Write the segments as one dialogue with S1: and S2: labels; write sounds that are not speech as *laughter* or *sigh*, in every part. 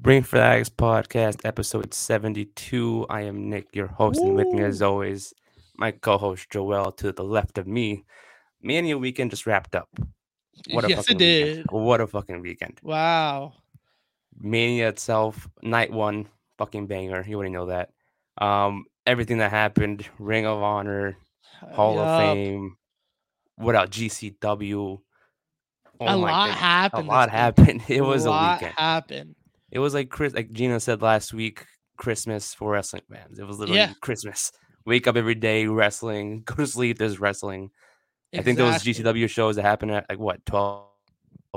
S1: Green Flags Podcast, episode 72. I am Nick, your host, and with me as always, my co host Joel to the left of me. Mania weekend just wrapped up. What a
S2: yes,
S1: fucking
S2: it
S1: weekend.
S2: did.
S1: What a fucking weekend.
S2: Wow.
S1: Mania itself, night one, fucking banger. You already know that. Um, everything that happened, Ring of Honor, Hall of
S2: Uh, Yup.
S1: Fame, what else? GCW. Oh my
S2: a lot
S1: goodness. A
S2: happened. this
S1: lot
S2: week.
S1: happened. *laughs* It was
S2: a
S1: a,
S2: lot
S1: weekend.
S2: happened.
S1: It was like Chris, like Gina said last week, Christmas for wrestling fans. It was literally
S2: Yeah.
S1: Christmas. Wake up every day, wrestling. *laughs* Go to sleep, there's wrestling. I think
S2: Exactly.
S1: those GCW shows that happened at like what 12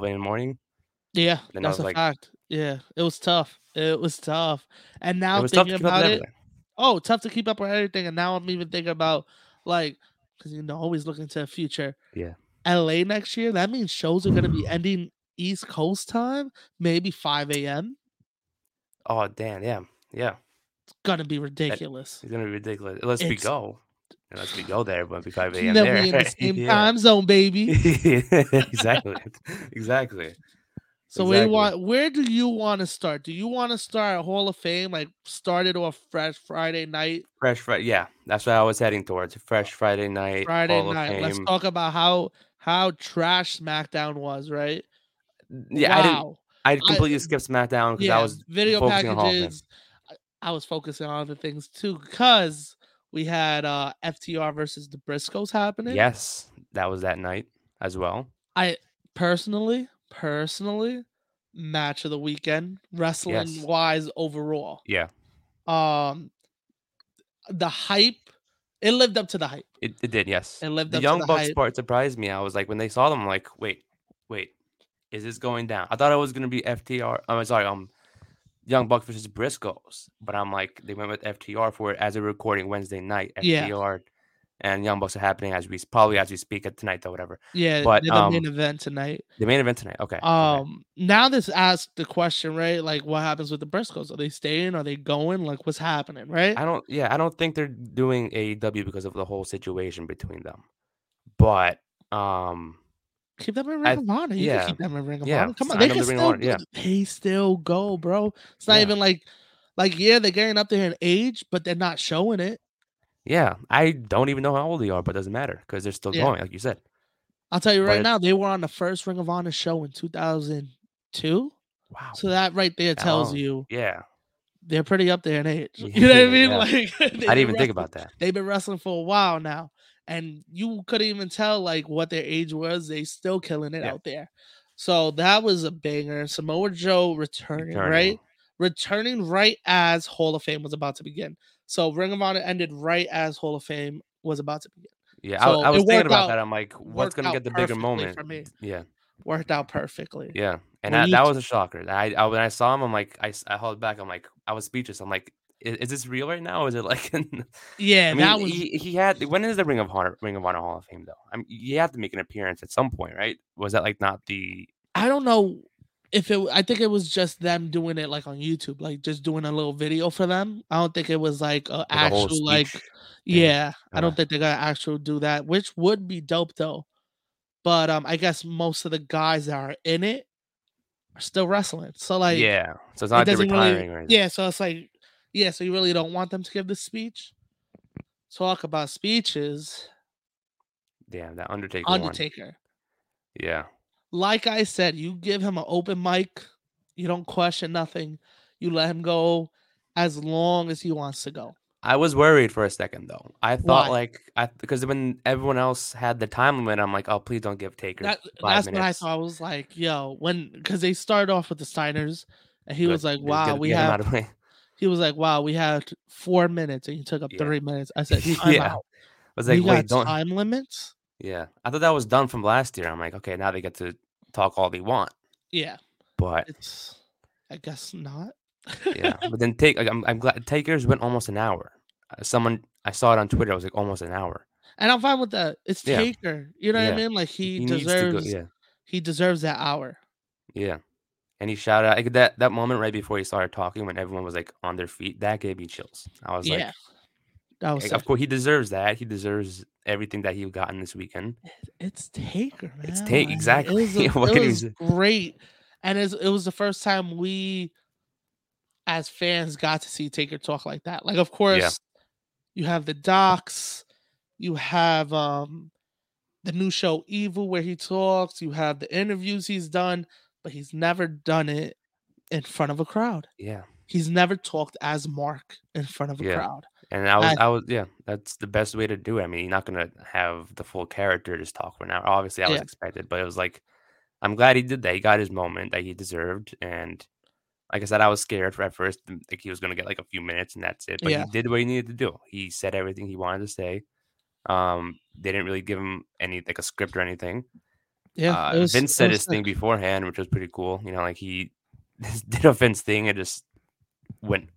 S1: in the morning.
S2: Yeah,
S1: then I
S2: that's
S1: was
S2: a
S1: like-
S2: fact. Yeah, it was tough. It was tough. And now
S1: it was tough
S2: thinking
S1: to keep up
S2: about
S1: with
S2: it,
S1: everything.
S2: oh, tough to keep up with everything. And now I'm even thinking about like, because you know, always looking to the future.
S1: Yeah.
S2: LA next year. That means shows are going
S1: *sighs*
S2: to be ending East Coast time, maybe 5 a.m.
S1: Oh damn, yeah, yeah.
S2: It's going to be ridiculous.
S1: It's gonna be ridiculous. Unless we
S2: It's-
S1: go, unless we go there, but we probably
S2: You
S1: am
S2: know,
S1: there.
S2: we in
S1: *laughs*
S2: the same
S1: Yeah.
S2: time zone, baby.
S1: exactly, exactly.
S2: So
S1: Exactly.
S2: we want. Where do you want to start? Do you want to start Hall of Fame? Like start it off fresh Friday night.
S1: Fresh Friday, yeah, that's what I was heading towards. Fresh Friday night,
S2: Friday
S1: Hall of
S2: night. Let's
S1: Fame.
S2: talk about how how trash SmackDown was. Right?
S1: Yeah, I didn't.
S2: Wow.
S1: I completely skipped SmackDown because
S2: yeah.
S1: I was
S2: video
S1: focusing on Hall of Fame.
S2: packages. I, I was focusing on other things too because we had uh FTR versus the Briscoes happening.
S1: yes, that was that night as well.
S2: Personally, personally, match of the weekend, wrestling
S1: Yes.
S2: wise overall.
S1: Yeah,
S2: um the hype it lived up to the hype
S1: it, it did. Yes,
S2: it lived
S1: the
S2: up
S1: Young
S2: to the
S1: Bucks
S2: hype
S1: part surprised me. I was like, when they saw them, I'm like, wait, wait, is this going down? I thought it was gonna be FTR. I'm sorry, um, Young Bucks versus Briscoes, but I'm like, they went with FTR for it as a recording Wednesday night.
S2: Yeah.
S1: FTR and Young Bucks are happening as we probably as we speak at tonight though, whatever.
S2: yeah
S1: but,
S2: they're the main event tonight
S1: The main event tonight. Okay. okay.
S2: um now this asks the question right like what happens with the briscoes are they staying are they going like what's happening right
S1: I don't. Yeah, I don't think they're doing AEW because of the whole situation between them. But um,
S2: keep them in
S1: I-
S2: ring of honor you
S1: yeah,
S2: can keep them in ring of
S1: yeah,
S2: honor come
S1: sign
S2: on they
S1: them
S2: can
S1: to Ring of
S2: still
S1: Honor, yeah.
S2: go- they still go bro it's not
S1: Yeah.
S2: even like like yeah they're getting up there in age but they're not showing it
S1: yeah, I don't even know how old they are, but it doesn't matter because they're still
S2: Yeah.
S1: going, like you said.
S2: i'll tell you
S1: But
S2: right
S1: it-
S2: now they were on the first ring of honor show in 2002
S1: Wow.
S2: so that right there
S1: That
S2: tells
S1: long.
S2: you
S1: yeah,
S2: they're pretty up there in age. *laughs* You know what I mean?
S1: Yeah.
S2: Like I
S1: I didn't even think about that.
S2: They've been wrestling for a while now, and you couldn't even tell like what their age was. They still killing it
S1: Yeah.
S2: out there. So that was a banger. Samoa Joe returning,
S1: Returning.
S2: right? Returning right as Hall of Fame was about to begin. So Ring of Honor ended right as Hall of Fame was about to begin.
S1: Yeah,
S2: So
S1: I, I
S2: it
S1: was thinking
S2: worked
S1: about
S2: out-
S1: that. I'm like, what's
S2: worked
S1: gonna
S2: out
S1: get the bigger
S2: perfectly
S1: moment?
S2: for me.
S1: Yeah,
S2: Worked out perfectly.
S1: yeah, and
S2: When
S1: that,
S2: you
S1: that
S2: t-
S1: was a shocker. I, I when I saw him, I'm like, I, s- I held back. I'm like, I was speechless. I'm like, is, is this real right now? Or is it like? *laughs*
S2: Yeah,
S1: I mean, e
S2: that was
S1: he, he had when is the Ring of Honor Ring of Honor Hall of Fame though? I mean, you have to make an appearance at some point, right? Was that like not the
S2: I don't know if it. I think it was just them doing it like on YouTube, like just doing a little video for them. I don't think it was like a
S1: like, a whole
S2: actual like.
S1: speech?
S2: Yeah, I don't
S1: Okay.
S2: think they're gonna actually do that, which would be dope though. But um, I guess most of the guys that are in it are still wrestling. So like,
S1: yeah. So it's
S2: it
S1: not like they're
S2: doesn't really-
S1: retiring or anything.
S2: yeah. So it's like, yeah. So you really don't want them to give this speech. Talk about speeches.
S1: Yeah, that Undertaker. one.
S2: Undertaker.
S1: Yeah.
S2: like I said, you give him an open mic, you don't question nothing, you let him go as long as he wants to go.
S1: I was worried for a second though. I thought
S2: Why?
S1: like I because when everyone else had the time limit, I'm like, oh please don't give Taker
S2: That,
S1: five
S2: that's
S1: minutes.
S2: when I thought I was like, yo, when because they started off with the Steiners, and he
S1: Good.
S2: was like,
S1: Just
S2: wow,
S1: get-
S2: we
S1: get him
S2: have.
S1: out of the way. *laughs*
S2: He was like, wow, we have four minutes, and you took up
S1: Yeah.
S2: three minutes. I said,
S1: *laughs*
S2: time
S1: Yeah.
S2: out.
S1: I was like,
S2: we
S1: wait,
S2: got
S1: don't.
S2: time limits.
S1: Yeah, I thought that was done from last year. I'm like, okay, now they get to talk all they want,
S2: Yeah,
S1: but
S2: it's. I guess not.
S1: yeah. But then take, like, I'm, I'm glad Taker's went almost an hour. Uh, Someone I saw it on Twitter. I was like, almost an hour.
S2: *laughs* and I'm fine with that. It's
S1: Yeah.
S2: Taker. You know what I
S1: Yeah.
S2: mean? Like he,
S1: needs to go-
S2: deserves.
S1: Yeah,
S2: He deserves that hour.
S1: yeah. And he shouted out like, that that moment right before he started talking, when everyone was like on their feet, that gave me chills. I was
S2: yeah, that was
S1: like,
S2: sick.
S1: of course he deserves that. He deserves everything that he gotten this weekend.
S2: it's Taker, man.
S1: It's Ta-
S2: like,
S1: exactly. *laughs*
S2: It was, a-
S1: What
S2: it
S1: can you
S2: was
S1: say?
S2: great, and it's, it was the first time we as fans got to see Taker talk like that. Like, of course, you have the docs, you have um the new show Evil where he talks, you have the interviews he's done, but he's never done it in front of a crowd.
S1: Yeah.
S2: He's never talked as Mark in front of a
S1: Yeah.
S2: crowd.
S1: And I was,
S2: I-
S1: I, was, yeah, that's the best way to do it. I mean, you're not gonna have the full character just talk for an hour. Obviously, I was
S2: Yeah.
S1: expected, but it was like, I'm glad he did that. He got his moment that he deserved, and like I said, I was scared for at first, th- like he was gonna get like a few minutes and that's it. But
S2: Yeah.
S1: he did what he needed to do. He said everything he wanted to say. Um, they didn't really give him any like a script or anything.
S2: Yeah.
S1: Uh,
S2: it was-
S1: Vince
S2: it
S1: said
S2: was
S1: his thing
S2: sick.
S1: beforehand, which was pretty cool. You know, like he *laughs* did a Vince thing and just went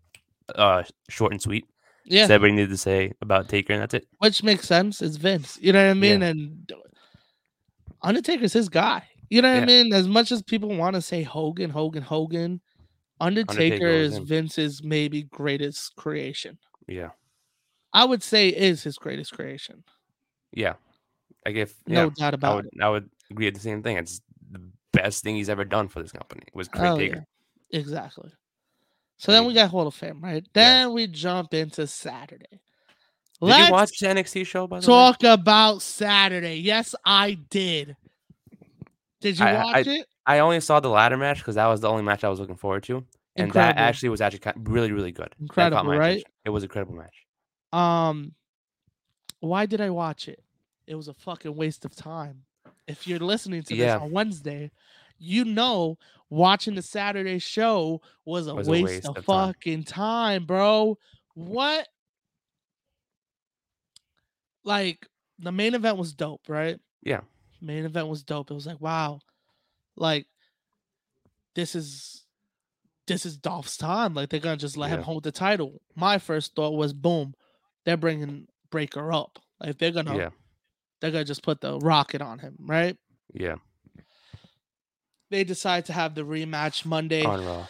S1: uh short and sweet
S2: Yeah.
S1: said what he needed to say about Taker, and that's it.
S2: which makes sense. It's Vince. You know what I mean? And Undertaker's his guy. You know what I
S1: Yeah.
S2: mean? As much as people want to say Hogan, Hogan, Hogan, Undertaker,
S1: Undertaker was
S2: is
S1: him.
S2: Vince's maybe greatest creation.
S1: Yeah,
S2: I would say is his greatest creation.
S1: yeah. Like if
S2: No
S1: yeah,
S2: doubt
S1: I
S2: about
S1: would
S2: it.
S1: I would agree with the same thing. It's the best thing he's ever done for this company was create
S2: Oh, yeah.
S1: Taker.
S2: Exactly. So
S1: I
S2: then
S1: mean-
S2: we got Hall of Fame, right? Then we jump into Saturday.
S1: Did you watch the NXT show by the way?
S2: talk about Saturday. Yes, I did. Did you
S1: I- I-
S2: watch it?
S1: I only saw the ladder match because that was the only match I was looking forward to, and that
S2: Incredible.
S1: actually was actually kind really really good. That caught
S2: Incredible, right?
S1: attention. It was an incredible match.
S2: Um, why did I watch it? It was a fucking waste of time. If you're listening to
S1: Yeah.
S2: this on Wednesday, you know watching the Saturday show was a, waste, of,
S1: time.
S2: fucking time, bro. What? Like the main event was dope, right?
S1: Yeah.
S2: Main event was dope. It was like, wow, like this is this is Dolph's time. Like they're gonna just let him
S1: Yeah.
S2: hold the title. My first thought was, boom, they're bringing Breaker up. Like they're gonna
S1: Yeah,
S2: they're gonna just put the rocket on him, right?
S1: yeah.
S2: They decide to have the rematch Monday
S1: On Raw.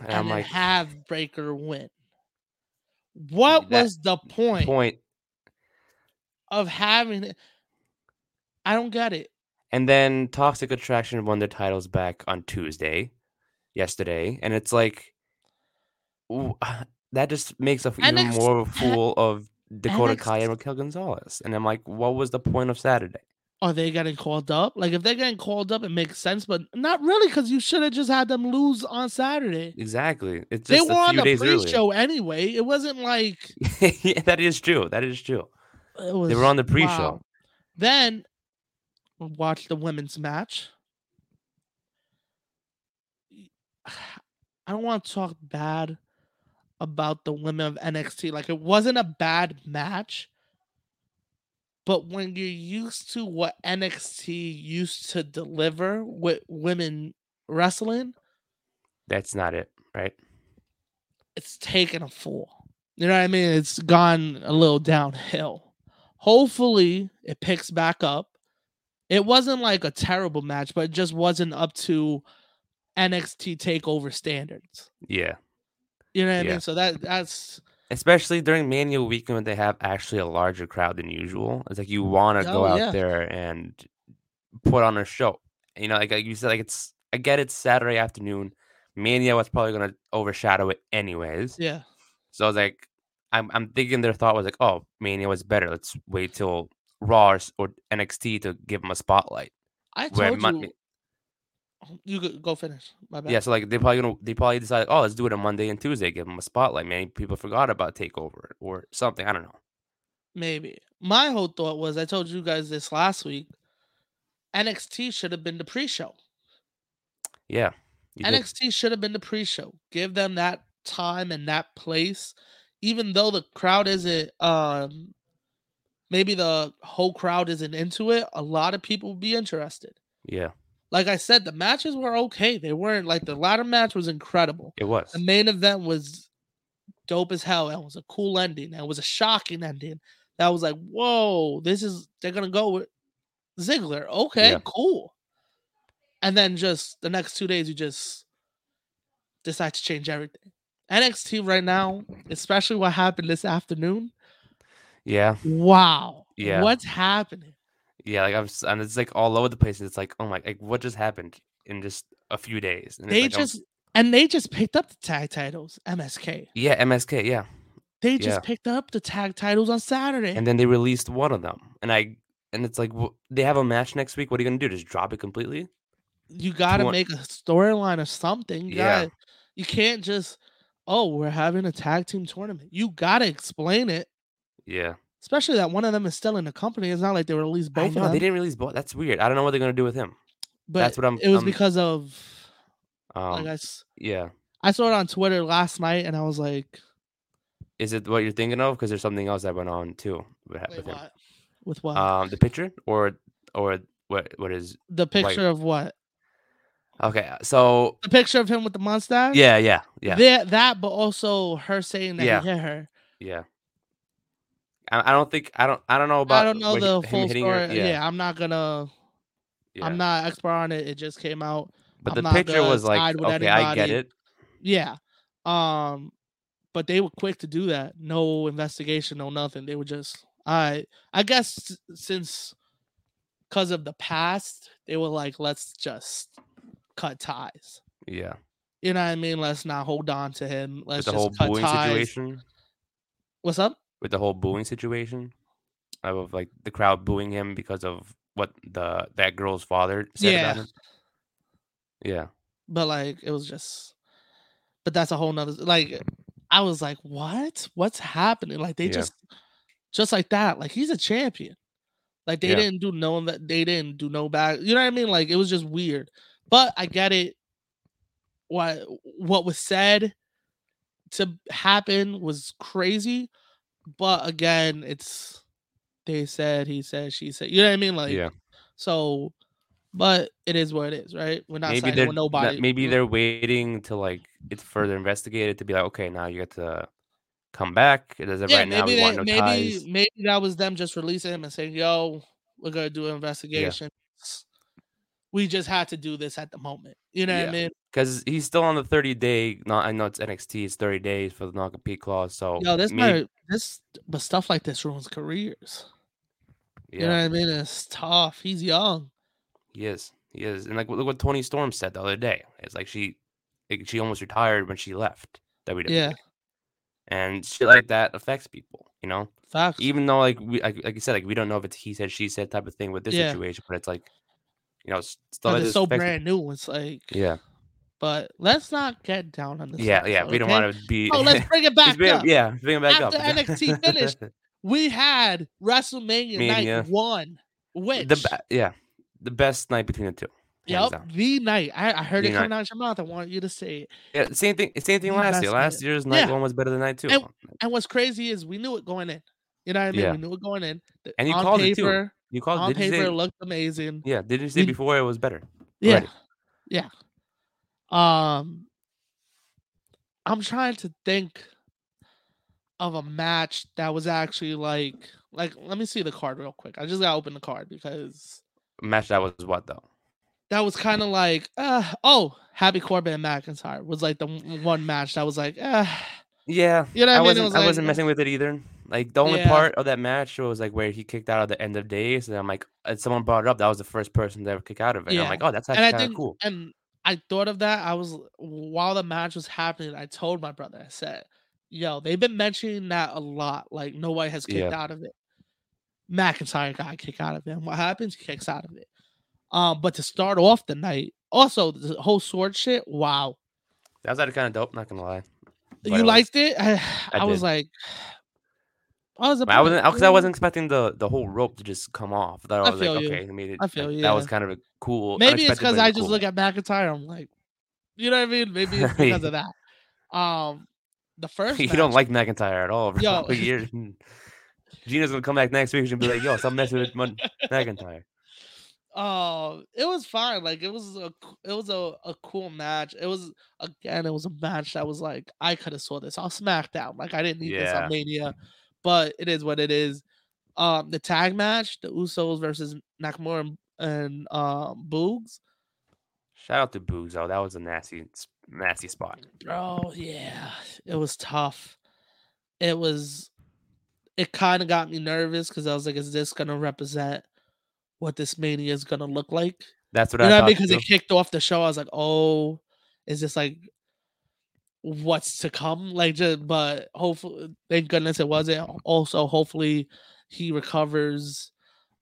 S1: And,
S2: and
S1: Oh, I'm
S2: then
S1: like,
S2: have Breaker win. What
S1: That
S2: was the point,
S1: point.
S2: of having it? I don't get it.
S1: And then Toxic Attraction won their titles back on Tuesday, yesterday, and it's like
S2: Mm.
S1: w- ah, that just makes us even
S2: NXT *laughs*
S1: more of a fool of Dakota Kai
S2: NXT
S1: and Raquel Gonzalez. And I'm like, what was the point of Saturday?
S2: Are they getting called up? Like if they're getting called up, it makes sense, but not really because you should have just had them lose on Saturday.
S1: Exactly. It's
S2: They
S1: just
S2: were
S1: a
S2: on
S1: few
S2: the
S1: days earlier.
S2: pre-show anyway. It wasn't like
S1: *laughs* yeah, that is true. That is true.
S2: It was,
S1: They were on the pre-show.
S2: wow. Then we watched the women's match. *sighs* Y- I don't want to talk bad about the women of NXT. Like it wasn't a bad match. But when you're used to what NXT used to deliver with women wrestling,
S1: That's not it, right?
S2: it's taken a fall. You know what I mean? It's gone a little downhill. Hopefully, it picks back up. It wasn't like a terrible match, but it just wasn't up to NXT takeover standards.
S1: Yeah.
S2: You know what I
S1: Yeah.
S2: mean? So that that's
S1: Especially during Mania weekend when they have actually a larger crowd than usual. It's like you want to go
S2: Oh,
S1: out
S2: yeah.
S1: there and put on a show. You know, like, like you said, like it's I get it's Saturday afternoon. Mania was probably gonna overshadow it anyways.
S2: yeah.
S1: So I was like, I'm I'm thinking their thought was like, oh, Mania was better. Let's wait till Raw or, s- or NXT to give them a spotlight.
S2: I
S1: Where
S2: told
S1: Mon-
S2: you. Oh, You go- go finish. My bad.
S1: Yeah, so like they probably gonna they probably decided, oh, let's do it on Monday and Tuesday, give them a spotlight. Man, people forgot about Takeover or something. I don't know.
S2: Maybe. My whole thought was I told you guys this last week. NXT should have been the pre-show.
S1: Yeah, you did.
S2: NXT should have been the pre-show. Give them that time and that place, even though the crowd isn't. Um, maybe the whole crowd isn't into it. A lot of people would be interested.
S1: yeah,
S2: Like I said, the matches were okay. They weren't like the latter match was incredible.
S1: it was.
S2: The main event was dope as hell. That was a cool ending. That was a shocking ending. That was like, whoa, this is they're gonna go with Ziggler. Okay,
S1: Yeah.
S2: cool. And then just the next two days, you just decide to change everything. NXT right now, especially what happened this afternoon.
S1: Yeah,
S2: Wow.
S1: Yeah.
S2: What's happening?
S1: yeah. Like I'm, s- and it's like all over the place. It's like, oh my, like what just happened in just a few days? And it's
S2: they
S1: like, I'm s-
S2: just And they just picked up the tag titles, MSK.
S1: Yeah, MSK. Yeah,
S2: They just
S1: Yeah.
S2: picked up the tag titles on Saturday.
S1: and then they released one of them, and I and it's like wh- they have a match next week. What are you gonna do? Just drop it completely?
S2: you got to
S1: want-
S2: make a storyline or something. You
S1: Yeah.
S2: gotta, you can't just, oh, we're having a tag team tournament. You got to explain it,
S1: Yeah,
S2: especially that one of them is still in the company. It's not like they released
S1: I
S2: both
S1: know they
S2: of them.
S1: didn't release both. That's weird. I don't know what they're gonna do with him.
S2: but
S1: that's what I'm.
S2: it was
S1: I'm-
S2: because of,
S1: um,
S2: like, I, s-
S1: yeah.
S2: I saw it on Twitter last night and I was like,
S1: Is it what you're thinking of? Because there's something else that went on too. With, ha-
S2: wait,
S1: with him.
S2: what? With what?
S1: Um, the picture or or what? What is?
S2: the picture of what?
S1: Okay, so
S2: The picture of him with the mustache?
S1: yeah, yeah, yeah,
S2: There, that, but also her saying that
S1: Yeah.
S2: he hit her.
S1: yeah. I, I don't think I don't I don't know about.
S2: I don't know
S1: where he-
S2: the
S1: him
S2: full
S1: hitting
S2: story.
S1: her-
S2: yeah. I'm not gonna.
S1: yeah.
S2: I'm not expert on it. It just came out.
S1: But
S2: I'm
S1: the
S2: not
S1: picture
S2: gonna
S1: was like,
S2: side with
S1: okay, I get
S2: anybody.
S1: it.
S2: Yeah. Um, but they were quick to do that. No investigation, no nothing. They were just I I guess s- since because of the past, they were like, let's just cut ties.
S1: Yeah,
S2: You know what I mean? Let's not hold on to him.
S1: with
S2: Let's
S1: the
S2: just
S1: whole
S2: cut
S1: booing
S2: ties.
S1: situation,
S2: What's up?
S1: with the whole booing situation, of like the crowd booing him because of what the that girl's father said about
S2: Yeah.
S1: him. Yeah,
S2: But like it was just but that's a whole nother like I was like, what? What's happening? Like they
S1: Yeah.
S2: just just like that. Like he's a champion. Like they
S1: Yeah.
S2: didn't do no that they didn't do no back. You know what I mean? Like it was just weird. But I get it. What what was said to happen was crazy. But again, it's they said, he said, she said. You know what I mean? Like
S1: yeah.
S2: so but it is what it is, right? We're not
S1: Maybe
S2: siding
S1: they're
S2: with
S1: not-
S2: nobody.
S1: maybe
S2: Mm.
S1: they're waiting to like it's further investigated to be like, okay, now you get to come back. It doesn't
S2: yeah,
S1: right now.
S2: maybe
S1: We
S2: they,
S1: want no
S2: maybe
S1: ties.
S2: maybe that was them just releasing him and saying, "Yo, we're gonna do an investigation. We just had to do this at the moment." You know what
S1: Yeah.
S2: I mean?
S1: because he's still on the 30 day. Not I know it's NXT. It's 30 days for the knock compete clause. So
S2: Yo, this
S1: maybe-
S2: might- this but stuff like this ruins careers.
S1: yeah,
S2: You know what I mean? It's tough. He's young.
S1: he is. He is. And like look what Tony Storm said the other day. It's like she like, she almost retired when she left WWE.
S2: Yeah,
S1: And shit like that affects people. You know,
S2: facts.
S1: even though like we like, like you said, like we don't know if it's he said she said type of thing with this
S2: Yeah.
S1: situation, but it's like you know, s- stuff
S2: 'Cause
S1: like
S2: it's
S1: this
S2: so
S1: affects people.
S2: brand new. It's like,
S1: Yeah.
S2: but let's not get down on this.
S1: Yeah, yeah, we don't want to be.
S2: Oh,
S1: *laughs*
S2: let's bring it back
S1: bring,
S2: up.
S1: Yeah, bring it back
S2: After
S1: up.
S2: NXT
S1: *laughs*
S2: finished, We had WrestleMania
S1: Mania.
S2: night one, which
S1: the ba- yeah, the best night between the two. hands
S2: Yep,
S1: down.
S2: the night. I, I heard
S1: The
S2: it coming out your mouth. I wanted you to say it.
S1: Yeah, same thing. Same thing
S2: The
S1: last
S2: best
S1: year.
S2: night.
S1: Last year's night
S2: Yeah.
S1: one was better than night two.
S2: And- And what's crazy is we knew it going in. You know what I mean?
S1: Yeah.
S2: We knew it going in. The-
S1: And you
S2: on
S1: called it too.
S2: paper,
S1: you called
S2: on
S1: did you
S2: paper,
S1: say,
S2: it looked amazing.
S1: yeah, didn't you say
S2: we-
S1: before it was better?
S2: Yeah,
S1: Already.
S2: yeah. Um, I'm trying to think of a match that was actually like, like. Let me see the card real quick. I just gotta open the card because
S1: Match that was what though?
S2: that was kind of like, uh, oh, Happy Corbin and McIntyre was like the w- one match that was like, uh,
S1: Yeah,
S2: you know
S1: I
S2: what I mean? It
S1: wasn't.
S2: was
S1: I
S2: like,
S1: wasn't
S2: uh,
S1: messing with it either. Like the only
S2: Yeah.
S1: part of that match was like where he kicked out at the end of days, and I'm like, and someone brought it up. That was the first person to ever kick out of it. And I'm
S2: Yeah.
S1: like, oh, that's
S2: and I
S1: actually kind
S2: think,
S1: of cool.
S2: and I thought of that. I was while the match was happening, I told my brother, I said, "Yo, they've been mentioning that a lot. Like nobody has kicked out of it. McIntyre got kicked out of it. And what happens? He kicks out of it. Um, but to start off the night, also the whole sword shit. Wow,
S1: That was actually kind of dope. Not gonna lie. But it was-
S2: you liked it? *sighs* I, I,
S1: I
S2: was
S1: did.
S2: like, *sighs* I was.
S1: I wasn't because I
S2: "Mm."
S1: wasn't expecting the the whole rope to just come off. That I
S2: I
S1: was
S2: feel
S1: like,
S2: you.
S1: okay, he made it.
S2: I feel
S1: like,
S2: you,
S1: That was
S2: yeah.
S1: kind of a cool.
S2: Maybe it's
S1: unexpected,
S2: because
S1: but it
S2: I
S1: was
S2: just
S1: cool.
S2: look at McIntyre. I'm like, you know what I mean? Maybe it's
S1: *laughs*
S2: because of that. Um, the first
S1: you don't
S2: match-
S1: like McIntyre at all. For
S2: Yo.
S1: *laughs* yo,
S2: *laughs*
S1: years. Gina's gonna come back next week and be like, "Yo, stop messing with Mon- McIntyre."
S2: Oh, it was fine. Like it was a c- it was a, a cool match. It was again, it was a match that was like I could have saw this on SmackDown. Like I didn't need this
S1: Yeah.
S2: on Mania, but it is what it is. Um, the tag match, the Usos versus Nakamura and, and um Boogs.
S1: Shout out to Boozo. That was a nasty, nasty spot.
S2: Bro, Oh, yeah, it was tough. It was. It kind of got me nervous because I was like, "Is this gonna represent what this Mania is gonna look like?"
S1: That's what
S2: You
S1: I
S2: know,
S1: thought.
S2: because
S1: too.
S2: it kicked off the show, I was like, "Oh, is this like what's to come. Like, just, but hopefully, thank goodness it wasn't. Also, hopefully, he recovers.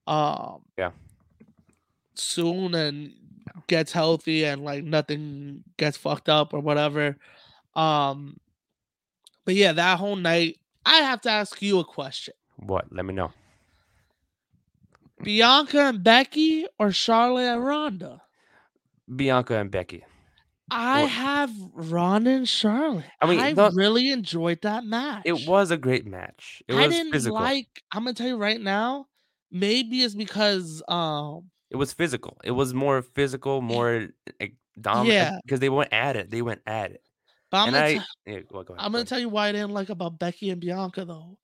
S2: Um,
S1: Yeah.
S2: Soon and gets healthy and like nothing gets fucked up or whatever. Um, but yeah, that whole night, I have to ask you a question:
S1: What? Let me know. Mm.
S2: Bianca and Becky or Charlotte and Ronda?
S1: Bianca and Becky.
S2: I
S1: Well-
S2: have Ronda and Charlotte.
S1: I
S2: I
S1: mean,
S2: mean, I
S1: the-
S2: really enjoyed that match.
S1: It was a great match. It was
S2: I didn't
S1: physical.
S2: like. I'm gonna tell you right now. Maybe it's because um
S1: it was physical. It was more physical, more like, dominant
S2: Yeah.
S1: because they went at it. They went at it.
S2: but I'm
S1: and
S2: gonna,
S1: I,
S2: t-
S1: yeah, well, go ahead,
S2: I'm
S1: go
S2: gonna
S1: ahead.
S2: tell you why I didn't like about Becky and Bianca though.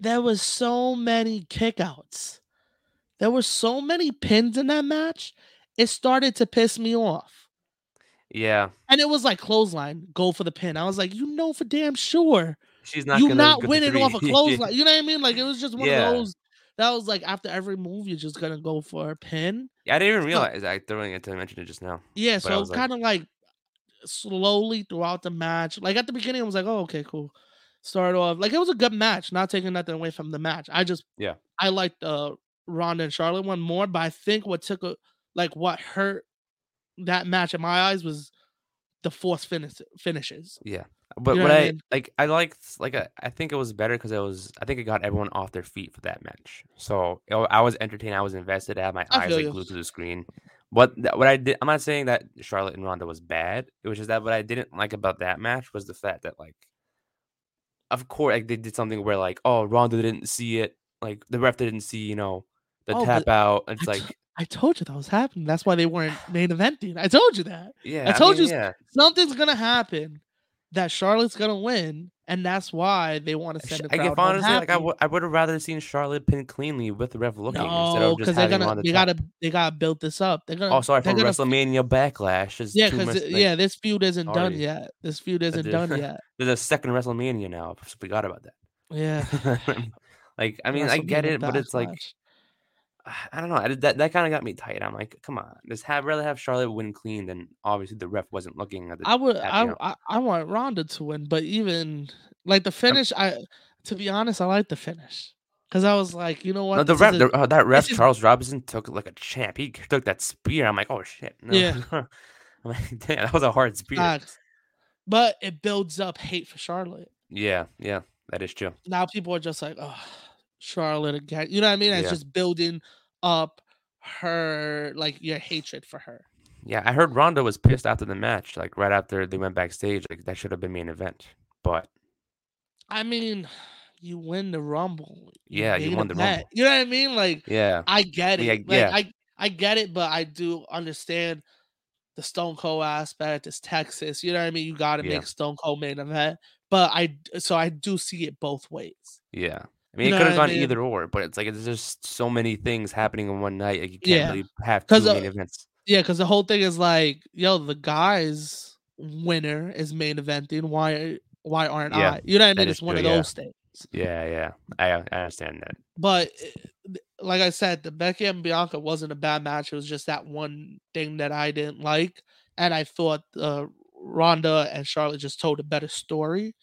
S2: There was so many kickouts. There were so many pins in that match. It started to piss me off.
S1: yeah,
S2: And it was like clothesline, go for the pin. I was like, you know for damn sure
S1: she's not.
S2: you
S1: gonna
S2: not
S1: go to
S2: winning off a
S1: three. *laughs*
S2: clothesline. You know what I mean? Like it was just one
S1: Yeah.
S2: of those that was like after every move, you're just gonna go for a pin.
S1: I didn't even realize. I thoroughly until I mentioned it just now.
S2: Yeah,
S1: But I
S2: so
S1: was
S2: it's
S1: like-
S2: kind of like slowly throughout the match. Like at the beginning, I was like, "Oh, okay, cool." Start off like it was a good match. Not taking nothing away from the match. I just
S1: Yeah.
S2: I liked the Ronda and Charlotte one more, but I think what took a, like what hurt that match in my eyes was the forced finish finishes.
S1: But what
S2: know what I
S1: I
S2: mean?
S1: like, I liked like I, I think it was better because it was. I think it got everyone off their feet for that match. So it, wa- I was entertained. I was invested. I had my
S2: I
S1: eyes
S2: feel
S1: like
S2: you.
S1: glued to the screen. What th- what I did. I'm not saying that Charlotte and Ronda was bad. It was just that what I didn't like about that match was the fact that like, of course, like they did something where like, oh, Ronda didn't see it. Like the ref didn't see. You know, the
S2: Oh, but
S1: tap out. It's
S2: I
S1: like,
S2: t- I told you that was happening. That's why
S1: *sighs*
S2: they weren't main eventing. I told you that
S1: yeah,
S2: told
S1: mean,
S2: you
S1: Yeah.
S2: something's gonna happen. That Charlotte's gonna win, and that's why they want to
S1: Sh-
S2: send. The
S1: I
S2: crowd
S1: guess honestly, like I
S2: unhappy.
S1: would, I would have rather seen Charlotte pin cleanly with the ref looking instead of
S2: No,
S1: just
S2: because they're
S1: having
S2: gonna
S1: Ronda
S2: they
S1: tap.
S2: gotta they gotta build this up. They're gonna
S1: Oh, sorry for
S2: they're gonna,
S1: WrestleMania Backlash. It's
S2: Yeah,
S1: too
S2: because
S1: much, like,
S2: yeah, this feud isn't done
S1: already.
S2: yet. This feud isn't
S1: did. *laughs*
S2: done yet.
S1: there's a second WrestleMania now. I forgot about
S2: Yeah, *laughs*
S1: that. *laughs* like, I mean, I get
S2: WrestleMania
S1: it, but it's like,
S2: backlash.
S1: *sighs* I don't know. I did, that that kind of got me tight. I'm like, come on, just have rather have Charlotte win clean than obviously the ref wasn't looking at the.
S2: I would
S1: tap,
S2: I,
S1: you know?
S2: I I want Ronda to win, but even like the finish, I to be honest, I like the finish because I was like, you know what,
S1: No, the
S2: this
S1: ref,
S2: is
S1: the, oh, that ref
S2: is-
S1: Charles Robinson took it like a champ. He took that spear. I'm like, oh shit. No.
S2: Yeah.
S1: *laughs* I'm like, *laughs* damn, that was a hard spear.
S2: facts. but it builds up hate for Charlotte.
S1: yeah, yeah, that is true.
S2: now people are just like, oh, Charlotte again. You know what I mean? It's
S1: Yeah.
S2: just building up her like your hatred for her.
S1: Yeah, I heard Ronda was pissed after the match, like right after they went backstage. Like that should have been main event, but
S2: I mean, you win the rumble.
S1: Yeah, you
S2: made a
S1: won the
S2: bet.
S1: Rumble.
S2: You know what I mean? Like
S1: yeah,
S2: I get it.
S1: Yeah,
S2: like,
S1: yeah.
S2: I I get it, but I do understand the Stone Cold aspect. It's Texas. You know what I mean? You got to
S1: Yeah.
S2: make Stone Cold main event. But I d- so I do see it both ways.
S1: yeah. I mean,
S2: know
S1: it could
S2: what
S1: have
S2: I
S1: gone
S2: mean?
S1: either or, but it's like it's just so many things happening in one night. Like you can't
S2: Yeah.
S1: really have
S2: 'Cause,
S1: two main
S2: uh,
S1: events.
S2: Yeah, because the whole thing is like, yo, the guys winner is main eventing. Why why aren't
S1: Yeah,
S2: I? You know what I
S1: that
S2: mean?
S1: is
S2: It's one
S1: true,
S2: of
S1: yeah.
S2: those things.
S1: Yeah, yeah. I I understand that.
S2: But eh, th- like I said, the Becky and Bianca wasn't a bad match. It was just that one thing that I didn't like, and I thought uh, Ronda and Charlotte just told a better story.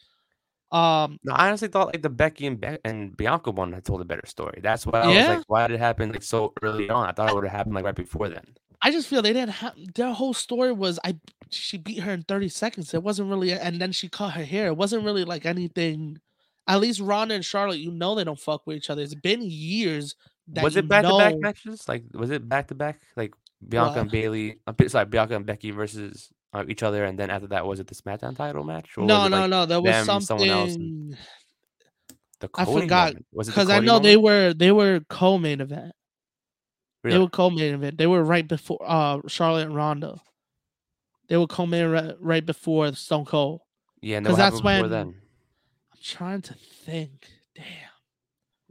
S2: Um,
S1: No, I honestly thought like the Becky and Be- and Bianca one had told a better story. That's why I
S2: Yeah?
S1: was like, why did it happen like so early on? I thought it would have happened like right before then.
S2: I just feel they didn't have their whole story was I she beat her in 30 seconds. It wasn't really and then she cut her hair. It wasn't really like anything. At least Ronda and Charlotte, you know they don't fuck with each other. It's been years that
S1: was
S2: you
S1: it back to back
S2: know-
S1: matches? Like, was it back to back? Like Bianca
S2: What?
S1: and Bailey? Uh, Bi- sorry, Bianca and Becky versus uh, each other, and then after that, was it the SmackDown title match? Or
S2: No,
S1: was it,
S2: no,
S1: like,
S2: no. There was
S1: them, someone else,
S2: something
S1: The
S2: I
S1: Cody
S2: forgot,
S1: moment? Was it the
S2: because I
S1: Cody
S2: know they
S1: moment?
S2: were they were co-main event. They
S1: Really?
S2: were co-main event. They were right before uh Charlotte and Ronda. They were co-main right, right before Stone Cold.
S1: Yeah, and
S2: 'Cause
S1: that's
S2: that's
S1: before
S2: when-
S1: then.
S2: I'm trying to think. Damn.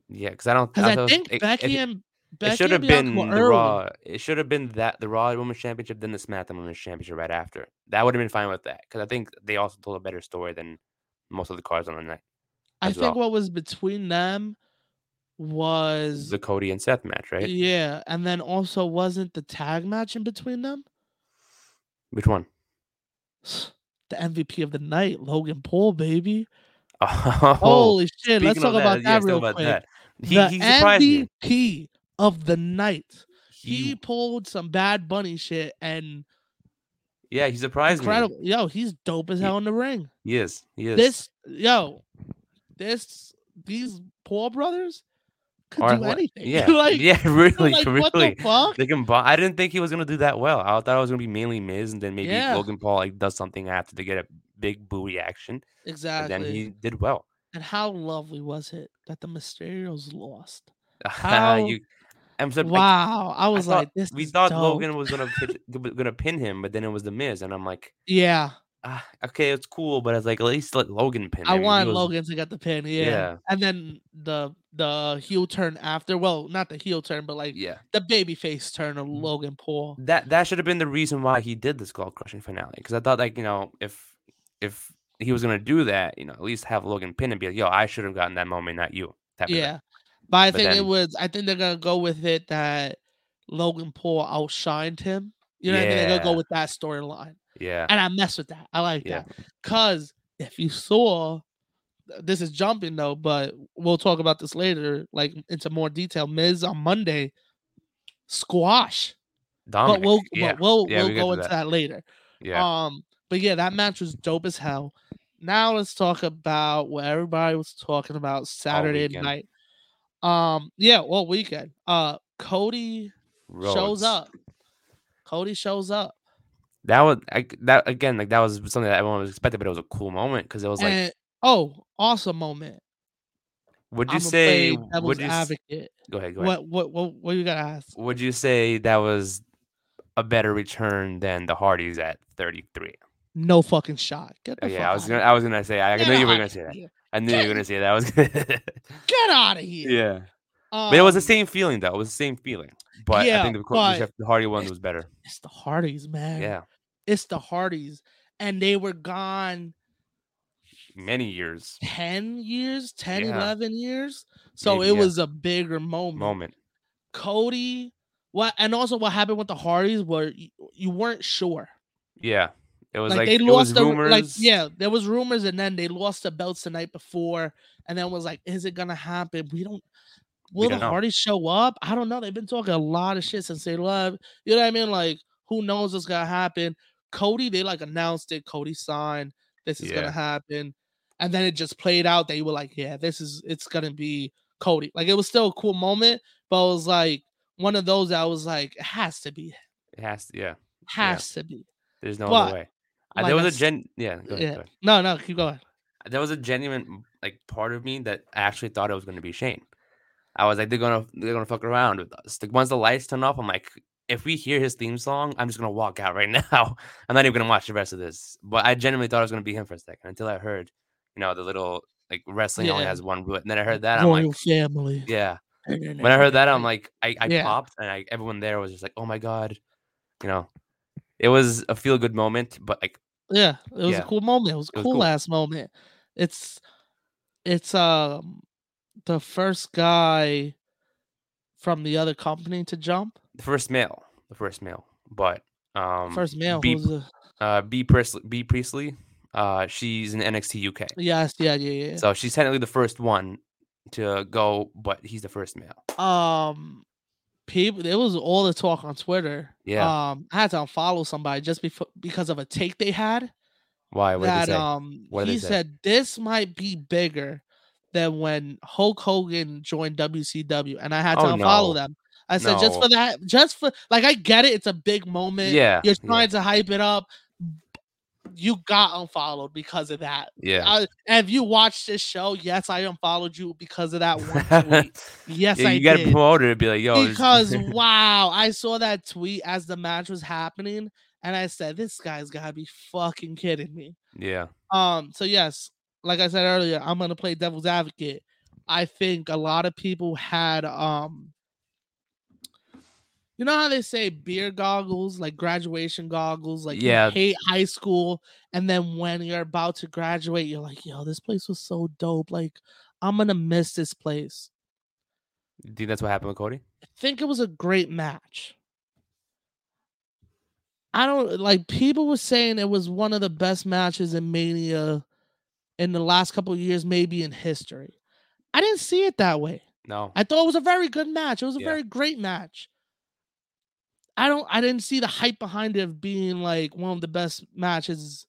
S1: Yeah, because I don't.
S2: Because I
S1: thought-
S2: think
S1: it-
S2: Becky
S1: It,
S2: and
S1: it
S2: Becky
S1: should have
S2: and Bianca
S1: been
S2: were
S1: the
S2: early.
S1: Raw. It should have been that the Raw Women's Championship, then the SmackDown Women's Championship right after. That would have been fine with that because I think they also told a better story than most of the cards on the night.
S2: I
S1: as
S2: think
S1: well.
S2: what was between them was
S1: The Cody and Seth match, right?
S2: yeah, and then also wasn't the tag match in between them
S1: Which one?
S2: *sighs* the MVP of the night, Logan Paul, baby.
S1: *laughs* Oh,
S2: Holy shit! Let's
S1: speaking
S2: talk
S1: of
S2: about
S1: yeah,
S2: that
S1: let's talk
S2: real
S1: about
S2: quick.
S1: that. He,
S2: the
S1: he surprised me.
S2: MVP of the night. He,
S1: He,
S2: pulled some Bad Bunny shit and
S1: yeah, he surprised
S2: incredible. Yo, he's dope as
S1: He-
S2: hell in the ring.
S1: me. Yes, yes.
S2: This yo, this these Paul brothers could
S1: Or
S2: do
S1: what-
S2: anything.
S1: Yeah,
S2: *laughs* like
S1: yeah, *laughs* really,
S2: like, what the
S1: really.
S2: fuck?
S1: They can. Bond. I didn't think he was gonna do that well. I thought it was gonna be mainly Miz, and then maybe
S2: Yeah.
S1: Logan Paul like does something after to get a big boo reaction,
S2: Exactly.
S1: and then he did well. *laughs*
S2: And how lovely was it that the Mysterios lost? How-
S1: you, I'm so, like,
S2: wow, I was
S1: thought-
S2: like, this.
S1: we
S2: is
S1: thought
S2: dope.
S1: Logan was gonna
S2: *laughs*
S1: pin, gonna pin him, but then it was the Miz, and I'm like,
S2: Yeah,
S1: ah, okay, it's cool, but it's like at least let Logan pin. him.
S2: I
S1: He
S2: wanted
S1: was-
S2: Logan to get the pin. Yeah.
S1: Yeah.
S2: and then the the heel turn after. Well, not the heel turn, but like
S1: Yeah,
S2: the baby face turn of
S1: Mm.
S2: Logan Paul.
S1: that that should have been the reason why he did the skull crushing finale, because I thought like you know if if he was gonna do that, you know, at least have Logan pin and be like, yo, I should have gotten that moment, not you. type of thing.
S2: Yeah, but I
S1: But
S2: think it
S1: then-
S2: was. I think they're gonna go with it that Logan Paul outshined him. You know, what I mean? they're gonna go
S1: Yeah.
S2: with that storyline,
S1: yeah.
S2: and I mess with that. I like
S1: Yeah.
S2: that because if you saw, this is jumping though, but we'll talk about this later, like into more detail. Miz on Monday, squash.
S1: Dominic.
S2: but we'll
S1: yeah.
S2: but we'll
S1: Yeah,
S2: we'll
S1: we get
S2: go
S1: to
S2: into
S1: that.
S2: that later.
S1: yeah.
S2: Um, but yeah, that match was dope as hell. Now let's talk about what everybody was talking about Saturday
S1: weekend.
S2: night. Um, yeah, all weekend. Uh, Cody shows
S1: Rhodes.
S2: up. Cody shows up,
S1: That was I, that again. Like that was something that everyone was expecting, but it was a cool moment because it was like,
S2: and oh, awesome moment.
S1: would you
S2: I'ma
S1: say?
S2: play devil's
S1: Would you s-
S2: advocate?
S1: go ahead? Go ahead.
S2: What, what what what you gotta ask?
S1: Would you say that was a better return than the Hardys at 33?
S2: No fucking shot. Get the
S1: Oh, yeah,
S2: fuck
S1: I was
S2: outta
S1: gonna. I was gonna say. I, I
S2: here.
S1: knew
S2: Get
S1: you were
S2: outta
S1: gonna say that.
S2: here.
S1: I knew you were
S2: Get-
S1: gonna say that. I was. Gonna *laughs*
S2: Get out of here.
S1: yeah, but it was the
S2: Um,
S1: same feeling though. It was the same feeling. But I
S2: yeah,
S1: think the, Cor-
S2: but-
S1: the Jeff- the Hardy one was better.
S2: It's the Hardys, man.
S1: Yeah,
S2: It's the Hardys, and they were gone
S1: many years
S2: 10 years 10
S1: Yeah.
S2: 11 years so
S1: Maybe,
S2: it
S1: yeah.
S2: was a bigger moment,
S1: moment.
S2: cody what and also what happened with the hardys were you, you weren't sure
S1: Yeah, it was
S2: like,
S1: like,
S2: they
S1: it
S2: lost
S1: was
S2: the
S1: rumors.
S2: like yeah there was rumors and then they lost the belts the night before and then was like is it gonna happen we don't
S1: We
S2: will
S1: don't
S2: the
S1: know.
S2: hardys show up i don't know they've been talking a lot of shit since they left you know what i mean like who knows what's gonna happen cody they like announced it cody signed this is
S1: Yeah.
S2: gonna happen and then it just played out that you were like yeah this is it's gonna be cody like it was still a cool moment but it was like one of those that was like it has to be
S1: It has to. Yeah,
S2: has to be
S1: there's no
S2: But,
S1: other way. Uh,
S2: like
S1: there was
S2: I
S1: a
S2: s-
S1: gen. Yeah, go ahead,
S2: yeah.
S1: go ahead. Uh,
S2: no no keep going
S1: there was a genuine like part of me that actually thought it was going to be Shane. I was like, they're gonna they're gonna fuck around with us. Like once the lights turn off, I'm like, if we hear his theme song, I'm just gonna walk out right *laughs* now. I'm not even gonna watch the rest of this. But I genuinely thought it was gonna be him for a second until I heard, you know, the little like wrestling only
S2: Yeah.
S1: has one root. And then I heard that, I'm
S2: royal
S1: like,
S2: family
S1: yeah. When I heard that, I'm like, I, I
S2: Yeah.
S1: popped, and I, everyone there was just like, oh my god, you know, it was a feel good moment. But like,
S2: yeah, it was
S1: Yeah.
S2: a cool moment. It was
S1: It
S2: a
S1: was
S2: cool,
S1: cool.
S2: ass moment. It's it's um the first guy from the other company to jump.
S1: the first male, the first male, but um,
S2: First male
S1: Beep.
S2: who's a,
S1: uh, B Priestley. B Priestley. Uh, she's in NXT UK,
S2: yes, yeah, yeah,
S1: so she's technically the first one to go, but he's the first male.
S2: yeah. Um people it was all the talk on Twitter.
S1: Yeah.
S2: Um I had to unfollow somebody just before because of a take they had
S1: Why? What did
S2: that
S1: they say?
S2: um
S1: What did they
S2: he
S1: say?
S2: said this might be bigger than when Hulk Hogan joined WCW, and I had to
S1: Oh,
S2: unfollow
S1: no.
S2: them. I said just
S1: No.
S2: for that, just for like I get it, it's a big moment.
S1: Yeah,
S2: you're
S1: yeah.
S2: trying to hype it up. You got unfollowed because of that.
S1: yeah.
S2: I, and if you watch this show, yes, I unfollowed you because of that
S1: *laughs*
S2: one tweet. yes,
S1: Yeah,
S2: I
S1: you gotta
S2: did
S1: promote it and be like, yo, this-
S2: because wow, I saw that tweet as the match was happening, and I said, "This guy's gotta be fucking kidding me."
S1: *laughs* yeah,
S2: Um, so yes, like I said earlier, I'm gonna play devil's advocate. I think a lot of people had um you know how they say beer goggles, like graduation goggles, like you
S1: Yeah.
S2: hate high school, and then when you're about to graduate, you're like, yo, this place was so dope. Like, I'm gonna miss this place.
S1: do you think that's what happened with Cody?
S2: I think it was a great match. I don't like people were saying it was one of the best matches in Mania in the last couple of years, maybe in history. I didn't see it that way.
S1: No,
S2: I thought it was a very good match. It was a
S1: Yeah.
S2: very great match. I don't I didn't see the hype behind it of being like one of the best matches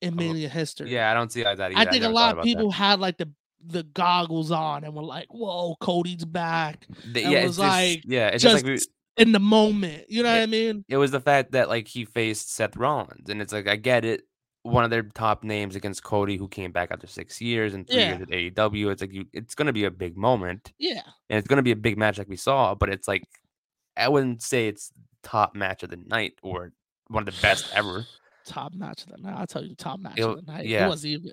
S2: in
S1: Of a-
S2: Mania history.
S1: Uh-huh. yeah, I don't see that either.
S2: I think a
S1: never thought
S2: lot of
S1: about that.
S2: people had like the the goggles on and were like, "Whoa, Cody's back
S1: Th-
S2: and
S1: yeah, it's
S2: was
S1: just,
S2: like,
S1: yeah, it's just
S2: just
S1: like we,
S2: in the moment." You know
S1: Yeah.
S2: what I mean?
S1: it was the fact that like he faced Seth Rollins, and it's like I get it. One of their top names against Cody, who came back after six years and three years
S2: Yeah.
S1: at AEW. It's like you, it's gonna be a big moment,
S2: Yeah.
S1: and it's gonna be a big match like we saw. But it's like I wouldn't say it's top match of the night or one of the best ever.
S2: Top match of the night. I'll tell you, top match
S1: It-
S2: of the night.
S1: yeah.
S2: It wasn't even.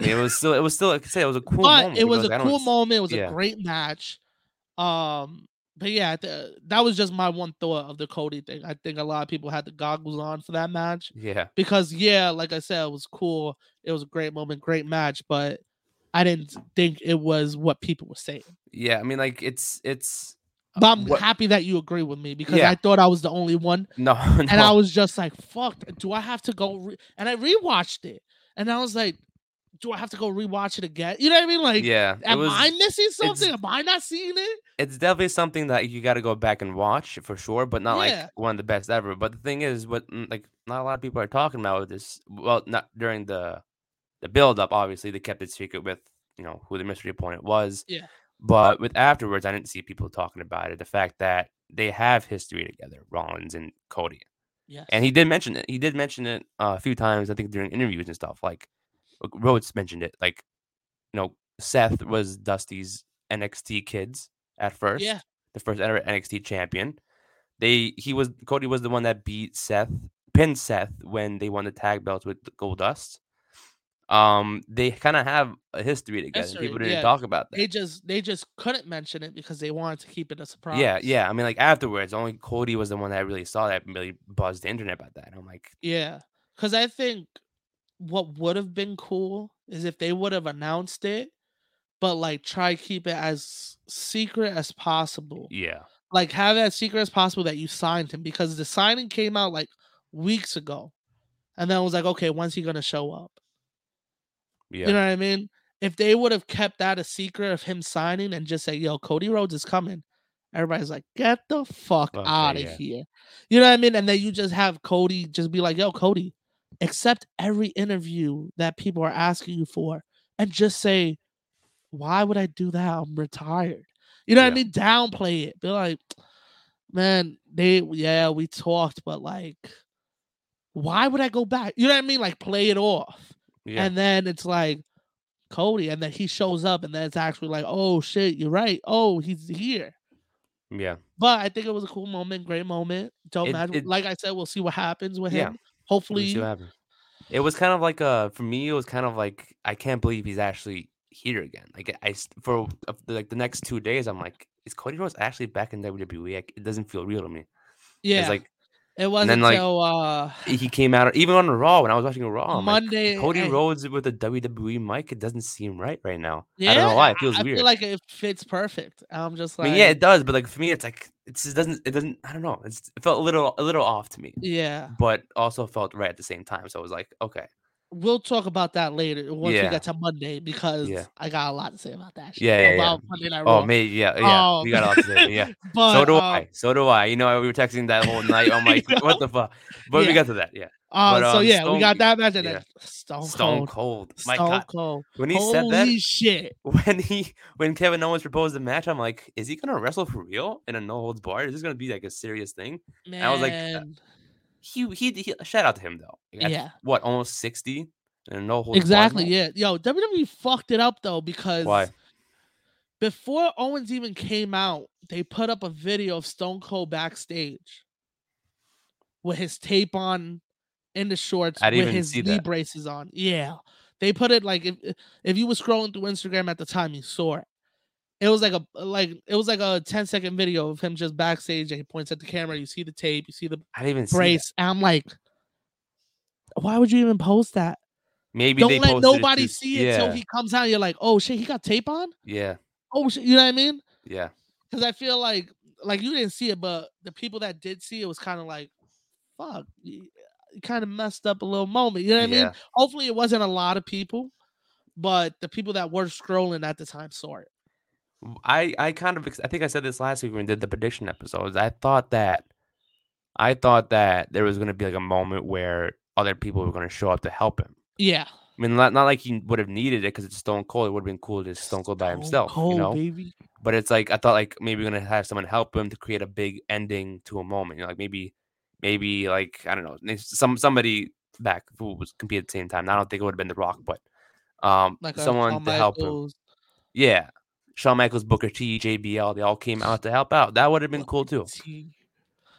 S1: I mean, it was still, it was still, like I said, it was a cool
S2: but
S1: moment.
S2: it
S1: People
S2: was
S1: like, I
S2: a
S1: don't
S2: cool
S1: s-
S2: moment. It was
S1: yeah.
S2: a great match. Um, but yeah, th- that was just my one thought of the Cody thing. I think a lot of people had the goggles on for that match
S1: Yeah,
S2: because yeah, like I said, it was cool. It was a great moment, great match, but I didn't think it was what people were saying.
S1: yeah. I mean, like it's, it's
S2: But I'm
S1: what-
S2: happy that you agree with me because
S1: Yeah.
S2: I thought I was the only one,
S1: no, *laughs*
S2: and I was just like, "Fuck, do I have to go?" Re-? And I rewatched it, and I was like, "Do I have to go rewatch it again?" You know what I mean? Like,
S1: yeah. It
S2: am
S1: was,
S2: I missing something? Am I not seeing it?
S1: it's definitely something that you got to go back and watch for sure, but not
S2: Yeah.
S1: like one of the best ever. But the thing is, what mm, like not a lot of people are talking about with this. Well, not during the the build up. Obviously, they kept it secret with you know who the mystery opponent was.
S2: Yeah.
S1: But with afterwards, I didn't see people talking about it. The fact that they have history together, Rollins and Cody.
S2: Yes.
S1: and he did mention it. He did mention it uh, a few times, I think, during interviews and stuff. Like like, Rhodes mentioned it. Like, you know, Seth was Dusty's NXT kids at first.
S2: Yeah.
S1: The first ever NXT champion. They he was Cody was the one that beat Seth, pinned Seth when they won the tag belts with Goldust. Um, they kind of have a history together. and
S2: History,
S1: People didn't
S2: yeah.
S1: talk about that.
S2: they just they just couldn't mention it because they wanted to keep it a surprise.
S1: Yeah, yeah. I mean, like afterwards, only Cody was the one that really saw that and really buzzed the internet about that. And I'm like,
S2: Yeah. Cause I think what would have been cool is if they would have announced it, but like try keep it as secret as possible.
S1: yeah,
S2: Like have it as secret as possible that you signed him because the signing came out like weeks ago. And then I was like, okay, when's he gonna show up?
S1: yeah.
S2: You know what I mean? If they would have kept that a secret of him signing and just say, yo, Cody Rhodes is coming, everybody's like, get the fuck
S1: Fuck yeah,
S2: out of
S1: yeah.
S2: here. You know what I mean? And then you just have Cody just be like, yo, Cody, accept every interview that people are asking you for and just say, why would I do that? I'm retired. You know what I mean? Downplay it. Be like, man, they, yeah, we talked, but like, why would I go back? You know what I mean? Like, play it off.
S1: yeah.
S2: And then it's like Cody, and then he shows up, and then it's actually like, oh shit, you're right. Oh, he's here.
S1: Yeah.
S2: But I think it was a cool moment, great moment. Don't
S1: It-
S2: matter.
S1: it-
S2: Like I said, we'll see what happens with
S1: Yeah.
S2: him.
S1: We'll see
S2: Hopefully,
S1: what happens. It was kind of like uh for me it was kind of like I can't believe he's actually here again. Like I s- for uh, the- like the next 2 days I'm like is Cody Rhodes actually back in WWE? Like, it doesn't feel real to me.
S2: yeah.
S1: It's like
S2: it wasn't
S1: then, like,
S2: until uh,
S1: he came out even on Raw when I was watching Raw I'm like,
S2: Monday.
S1: Oh Cody
S2: I-
S1: Rhodes with a WWE mic it doesn't seem right right now. I don't know why it feels
S2: I
S1: weird.
S2: feel like it fits perfect. I'm just
S1: I
S2: like,
S1: mean, yeah, it does, but like for me, it's like it just doesn't. It doesn't. I don't know. It's, it felt a little, a little off to me,
S2: yeah.
S1: but also felt right at the same time. So I was like, okay,
S2: We'll talk about that later once we
S1: Yeah.
S2: get to Monday because
S1: Yeah.
S2: I got a lot to say about that. Shit.
S1: Yeah, yeah, yeah.
S2: about Monday Night
S1: oh,
S2: Raw.
S1: me, yeah, yeah,
S2: Oh.
S1: you got a lot to say, yeah.
S2: But,
S1: so do
S2: um,
S1: I. So do I. You know, we were texting that whole night.
S2: *laughs*
S1: I'm like, *laughs*
S2: Yeah.
S1: what the fuck? But
S2: Yeah.
S1: we got to that. Yeah.
S2: Uh,
S1: But,
S2: so
S1: um,
S2: yeah, we
S1: Stone-
S2: got that match and
S1: yeah.
S2: then Stone Cold.
S1: Stone cold. My
S2: Stone
S1: God.
S2: Cold.
S1: When he
S2: Holy
S1: said that,
S2: shit!
S1: *laughs* when he when Kevin Owens proposed the match, I'm like, is he gonna wrestle for real in a no holds bar? Is this gonna be like a serious thing?
S2: Man.
S1: was like, uh, He he, he shout out to him though. Like, at,
S2: yeah,
S1: What almost sixty in a no holds
S2: exactly. Yeah, yo, WWE fucked it up though because
S1: Why?
S2: before Owens even came out, they put up a video of Stone Cold backstage with his tape on in the shorts
S1: I
S2: with
S1: didn't even
S2: his
S1: see
S2: knee
S1: that.
S2: braces on. Yeah. They put it like if if you were scrolling through Instagram at the time you saw it. It was like a like it was like a 10 second video of him just backstage and he points at the camera, you see the tape, you see the
S1: I didn't even see. that.
S2: brace. And I'm like, why would you even post that?
S1: Maybe they
S2: Don't let
S1: posted it
S2: nobody
S1: too-
S2: see it
S1: yeah,
S2: till he comes out. You're like, oh shit, he got tape on?
S1: Yeah.
S2: Oh shit, you know what I mean?
S1: Yeah.
S2: because I feel like like you didn't see it, but the people that did see it was kind of like, fuck, you, you kind of messed up a little moment. You know what I mean?
S1: yeah.
S2: Hopefully, it wasn't a lot of people, but the people that were scrolling at the time saw it.
S1: I I kind of ex- I think I said this last week when we did the prediction episodes. I thought that I thought that there was going to be like a moment where other people were going to show up to help him.
S2: Yeah,
S1: I mean, not, not like he would have needed it because it's Stone Cold. It would have been cool to just Stone Cold by
S2: Stone
S1: himself,
S2: Cold,
S1: you know.
S2: baby.
S1: But it's like I thought like maybe we're gonna have someone help him to create a big ending to a moment. You know, like maybe maybe like I don't know n- some somebody back who was compete at the same time. I don't think it would have been The Rock, but um
S2: Like a
S1: someone
S2: Shawn
S1: to help him.
S2: Michaels.
S1: Yeah. Shawn Michaels, Booker T, JBL, they all
S2: *sighs*
S1: came out to help out. That would have been
S2: Look
S1: cool too.
S2: See-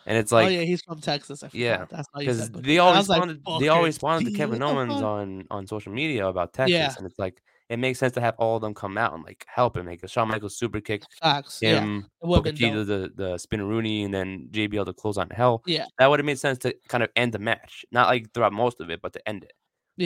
S1: And it's
S2: oh
S1: like
S2: yeah, oh, he's from Texas. I forgot.
S1: yeah,
S2: that's how you
S1: because
S2: said. Booker
S1: they
S2: T.
S1: all
S2: I was like,
S1: responded they
S2: "Booker
S1: all responded to
S2: T,
S1: Kevin
S2: what the
S1: Owens
S2: fuck?"
S1: on on social media about Texas.
S2: Yeah.
S1: And it's like it makes sense to have all of them come out and like help him. Like Shawn Michaels super kick
S2: Facts. Yeah,
S1: him,
S2: it would have
S1: Booker
S2: been
S1: T
S2: dope.
S1: to the, the spin Rooney, and then JBL to close on hell.
S2: Yeah.
S1: That would have made sense to kind of end the match. Not like throughout most of it, but to end it.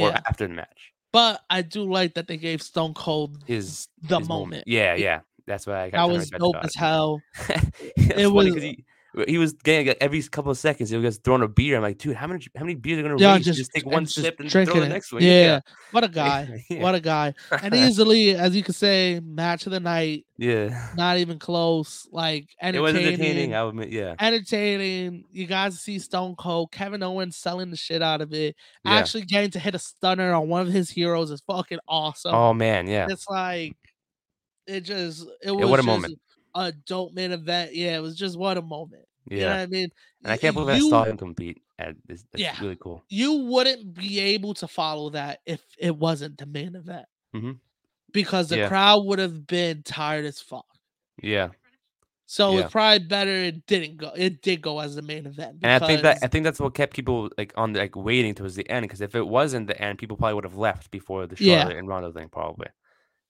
S1: Or
S2: Yeah,
S1: after the match.
S2: but I do like that they gave Stone Cold
S1: His
S2: the
S1: his
S2: moment.
S1: Yeah, yeah. That's why I got
S2: That
S1: kinda
S2: was
S1: excited
S2: dope
S1: about
S2: as
S1: it.
S2: hell.
S1: *laughs* it
S2: was-
S1: was he, he was getting like, every couple of seconds he was throwing a beer. I'm like, dude, how many how many beers are gonna
S2: Yeah,
S1: raise?
S2: just,
S1: Just, just take one
S2: and just
S1: sip and throw
S2: drinking
S1: the
S2: it.
S1: next one.
S2: Yeah, what a guy.
S1: *laughs* yeah.
S2: What a guy.
S1: *laughs*
S2: And easily, as you could say, match of the night.
S1: yeah.
S2: Not even close. Like
S1: It was
S2: entertaining.
S1: entertaining, I would admit, yeah.
S2: entertaining. You guys see Stone Cold, Kevin Owens selling the shit out of it.
S1: Yeah.
S2: Actually getting to hit a stunner on one of his heroes is fucking awesome.
S1: oh man, yeah.
S2: It's like it just it was
S1: what a
S2: just
S1: moment.
S2: A dope main event. Yeah, it was just what a moment.
S1: Yeah.
S2: You know what I mean?
S1: and I
S2: Y-
S1: can't believe
S2: you-
S1: I saw him compete. At this, that's
S2: Yeah.
S1: really cool.
S2: you wouldn't be able to follow that if it wasn't the main event
S1: Mhm.
S2: because the
S1: Yeah.
S2: crowd would have been tired as fuck.
S1: Yeah.
S2: So
S1: Yeah.
S2: it's probably better it didn't go. It did go as the main event.
S1: And I think that I
S2: because-
S1: think that's what kept people like on the, like waiting towards the end because if it wasn't the end, people probably would have left before the
S2: Yeah.
S1: Charlotte and Ronda thing probably.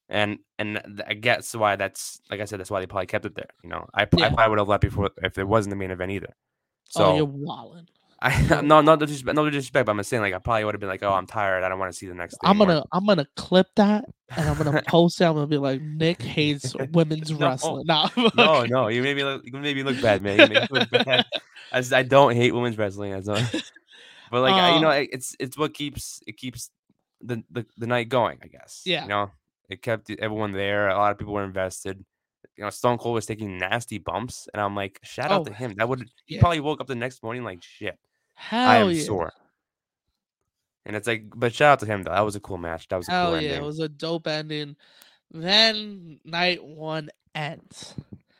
S1: And and th- I guess why that's like I said that's why they probably kept it there. You know, I, p- I
S2: Yeah.
S1: probably would have left before if it wasn't the main event either. So
S2: oh, you're walling.
S1: *laughs* I no not the disrespect, no disrespect, but I'm just saying like I probably would have been like oh I'm tired I don't want to see the next. thing
S2: I'm
S1: anymore."
S2: gonna I'm gonna clip that and I'm
S1: *laughs*
S2: gonna post it. I'm gonna be like Nick hates women's
S1: No.
S2: wrestling. Nah,
S1: No, no, you made me look. You made me look bad, man. You made me look bad. I, s- I don't hate women's wrestling. I
S2: *laughs*
S1: don't. But like I, you know,
S2: Uh,
S1: I- it's it's what keeps it keeps the, the the night going. I guess.
S2: Yeah.
S1: You know, it kept e, everyone there. A lot of people were invested. You know, Stone Cold was taking nasty bumps, and I'm like, shout out
S2: Oh,
S1: to him. That would he
S2: yeah.
S1: probably woke up the next morning like shit.
S2: Hell
S1: I am
S2: yeah.
S1: sore. And it's like, but shout out to him though. That was a cool match. That was a
S2: Hell
S1: cool
S2: yeah,
S1: ending.
S2: it was a dope ending. Then night one ends.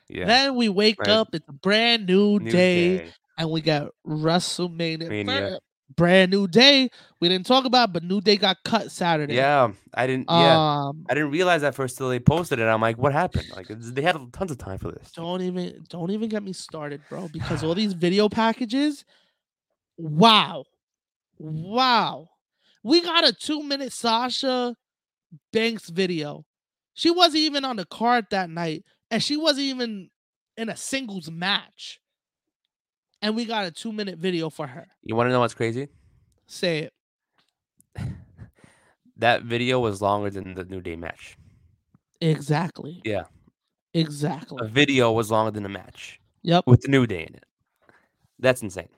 S1: yeah.
S2: Then we wake
S1: Right.
S2: up, it's a brand new,
S1: New
S2: day,
S1: day.
S2: and we got WrestleMania.
S1: Mania.
S2: Fir- Brand new day. We didn't talk about, it, but new day got cut Saturday.
S1: Yeah, I didn't. Yeah.
S2: Um.
S1: I didn't realize that first till they posted it. I'm like, what happened? Like it's- they had tons of time for this.
S2: Don't even don't even get me started, bro, because all these video packages, wow. Wow. We got a 2-minute Sasha Banks video. She wasn't even on the card that night and she wasn't even in a singles match. And we got a 2-minute video for her.
S1: You want to know what's crazy?
S2: Say it.
S1: That video was longer than the New Day match.
S2: Exactly.
S1: Yeah. A
S2: Exactly.
S1: video was longer than the match
S2: Yep.
S1: with the New Day in it. That's insane.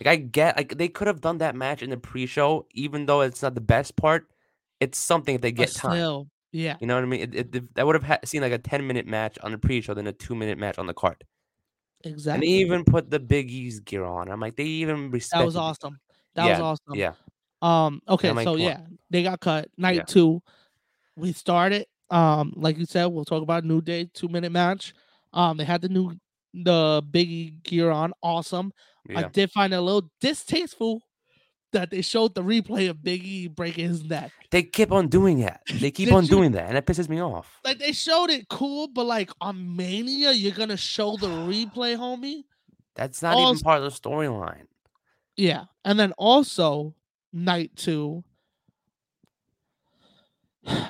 S1: Like I get, like they could have done that match in the pre-show, even though it's not the best part. It's something if they
S2: But
S1: get time.
S2: still, yeah.
S1: You know what I mean? It, it, it- that would have ha- seen like a ten-minute match on the pre-show than a two-minute match on the card. And they
S2: Exactly.
S1: even put the Big E's gear on. I'm like, they even respect.
S2: that was awesome. That was
S1: Yeah,
S2: awesome.
S1: Yeah,
S2: Um. Okay.
S1: like,
S2: so
S1: come on.
S2: yeah, they got cut. Night
S1: Yeah.
S2: two, we started. Um. Like you said, we'll talk about New Day two minute match. Um. They had the new the Biggie gear on. Awesome.
S1: yeah.
S2: I did find it a little distasteful that they showed the replay of Biggie breaking his neck.
S1: They keep on doing
S2: *laughs*
S1: that. They keep
S2: Did
S1: on
S2: you-
S1: doing that, and it pisses me off.
S2: Like they showed it cool, but like on Mania, you're gonna show the replay, homie.
S1: That's not even
S2: Also-
S1: part of the storyline.
S2: Yeah. And then also night two.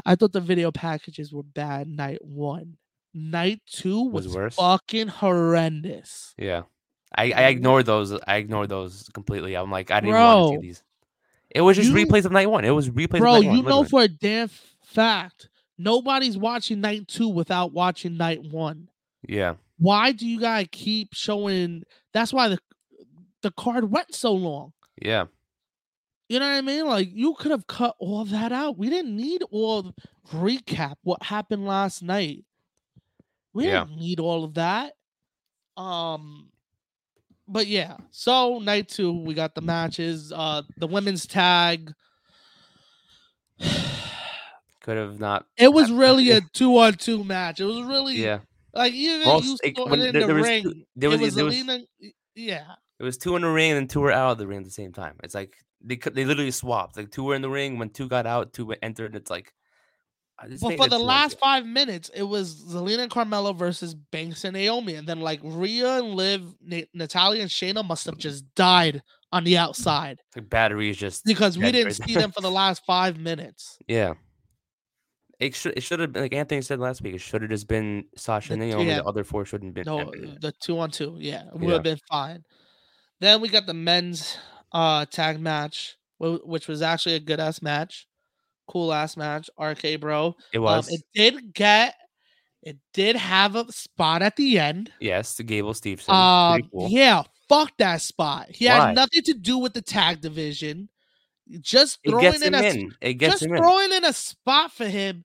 S2: I thought the video packages were bad night one. Night two
S1: Was
S2: was,
S1: worse?
S2: fucking horrendous.
S1: Yeah, I,
S2: Mm.
S1: I ignored those. I ignored those completely. I'm like, I didn't want to
S2: Bro,
S1: see these. It was just
S2: you-
S1: replays of night one. It was replays.
S2: Bro,
S1: of night
S2: you
S1: one,
S2: know
S1: literally.
S2: for a damn f- fact, nobody's watching night two without watching night one.
S1: yeah,
S2: Why do you guys keep showing that's why the the card went so long.
S1: Yeah.
S2: You know what I mean? Like you could have cut all that out. We didn't need all the recap what happened last night. We
S1: Yeah.
S2: didn't need all of that. Um but yeah. So night 2 we got the matches, uh the women's tag. *sighs*
S1: Could have not.
S2: It was
S1: I- *laughs*
S2: really
S1: yeah.
S2: a 2 on 2 match. It was really
S1: Yeah.
S2: like even
S1: Ross-
S2: you
S1: it-
S2: saw it
S1: when
S2: in
S1: there-
S2: the
S1: there was two-
S2: ring.
S1: There was,
S2: it was
S1: there was
S2: Alina yeah.
S1: It was two in the ring and two were out of the ring at the same time. It's like they cou- they literally swapped. Like two were in the ring when two got out, two went- entered. It's like, uh, I just
S2: But
S1: think
S2: for
S1: that
S2: the
S1: two on
S2: last
S1: two-
S2: five minutes, it was Zelina and Carmelo versus Banks and Naomi, and then like Rhea and Liv, Na- Natalia and Shayna must have just died on the outside
S1: it's like batteries just
S2: because we
S1: Yeah,
S2: didn't
S1: right.
S2: see them for the last five
S1: *laughs*
S2: minutes.
S1: yeah. It should it should have been like Anthony said last week. It should have just been Sasha and
S2: The-
S1: Naomi.
S2: yeah.
S1: The other four shouldn't have been.
S2: No, uh,
S1: have been there.
S2: the two on two, yeah, it would
S1: Yeah.
S2: have been fine. Then we got the men's uh tag match, wh- which was actually a good ass match, cool ass match. RK bro,
S1: It
S2: um,
S1: was
S2: it did get, it did have a spot at the end.
S1: yes, the Gable Stevenson.
S2: Um,
S1: Pretty cool.
S2: yeah, fuck that spot. He
S1: Why?
S2: had nothing to do with the tag division. Just
S1: it
S2: throwing
S1: gets
S2: in
S1: him
S2: a s-
S1: in. It gets
S2: just
S1: him in.
S2: throwing in a spot for him.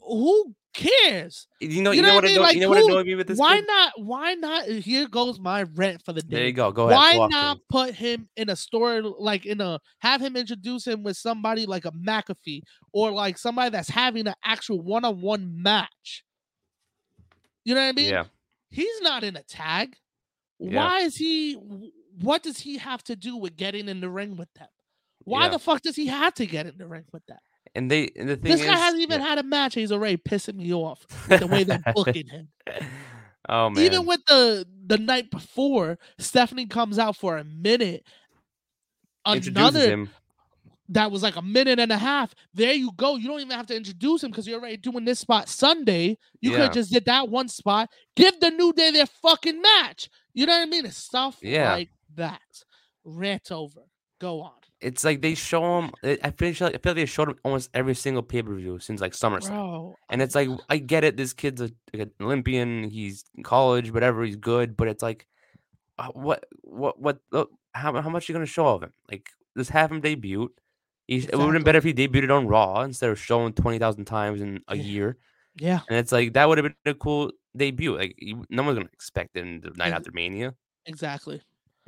S2: Who cares?
S1: You know,
S2: you
S1: you
S2: know
S1: know what
S2: what I mean?
S1: annoyed-
S2: Like,
S1: you know what
S2: who-
S1: annoyed me with this.
S2: Why
S1: kid?
S2: not? Why not? uh, Here goes my rent for the
S1: There you
S2: day.
S1: go. Go ahead.
S2: Why
S1: block
S2: not
S1: him.
S2: put him in a story like in a have him introduce him with somebody like a McAfee or like somebody that's having an actual one on one match? You know what I mean?
S1: Yeah.
S2: he's not in a tag.
S1: Yeah.
S2: Why is he? wh- What does he have to do with getting in the ring with them? Why
S1: Yeah.
S2: the fuck does he have to get in the ring with them?
S1: And they and the thing
S2: This
S1: is,
S2: guy hasn't even
S1: yeah.
S2: had a match. He's already pissing
S1: *laughs*
S2: me off the way they're booking him.
S1: oh man.
S2: Even with the the night before, Stephanie comes out for a minute.
S1: Introduces
S2: Another
S1: him.
S2: that was like a minute and a half. There you go. You don't even have to introduce him because you're already doing this spot Sunday. You could
S1: Yeah.
S2: have just did that one spot. Give the new day their fucking match. You know what I mean? It's stuff
S1: Yeah.
S2: like that. Rant over. Go on.
S1: it's like they show him. I I feel, like- I feel like they showed him almost every single pay per view since like SummerSlam.
S2: Bro.
S1: And it's like I get it. This kid's a, like an Olympian. He's in college, whatever. He's good, but it's like, uh, what, what, what? Look, how how much you gonna show of him? Like, just have him debut. He, It would have been
S2: Exactly.
S1: better if he debuted on Raw instead of showing twenty thousand times in a
S2: Yeah.
S1: year.
S2: Yeah,
S1: And it's like that would have been a cool debut. Like, you, no one's gonna expect it in the night
S2: Ex-
S1: after Mania.
S2: exactly.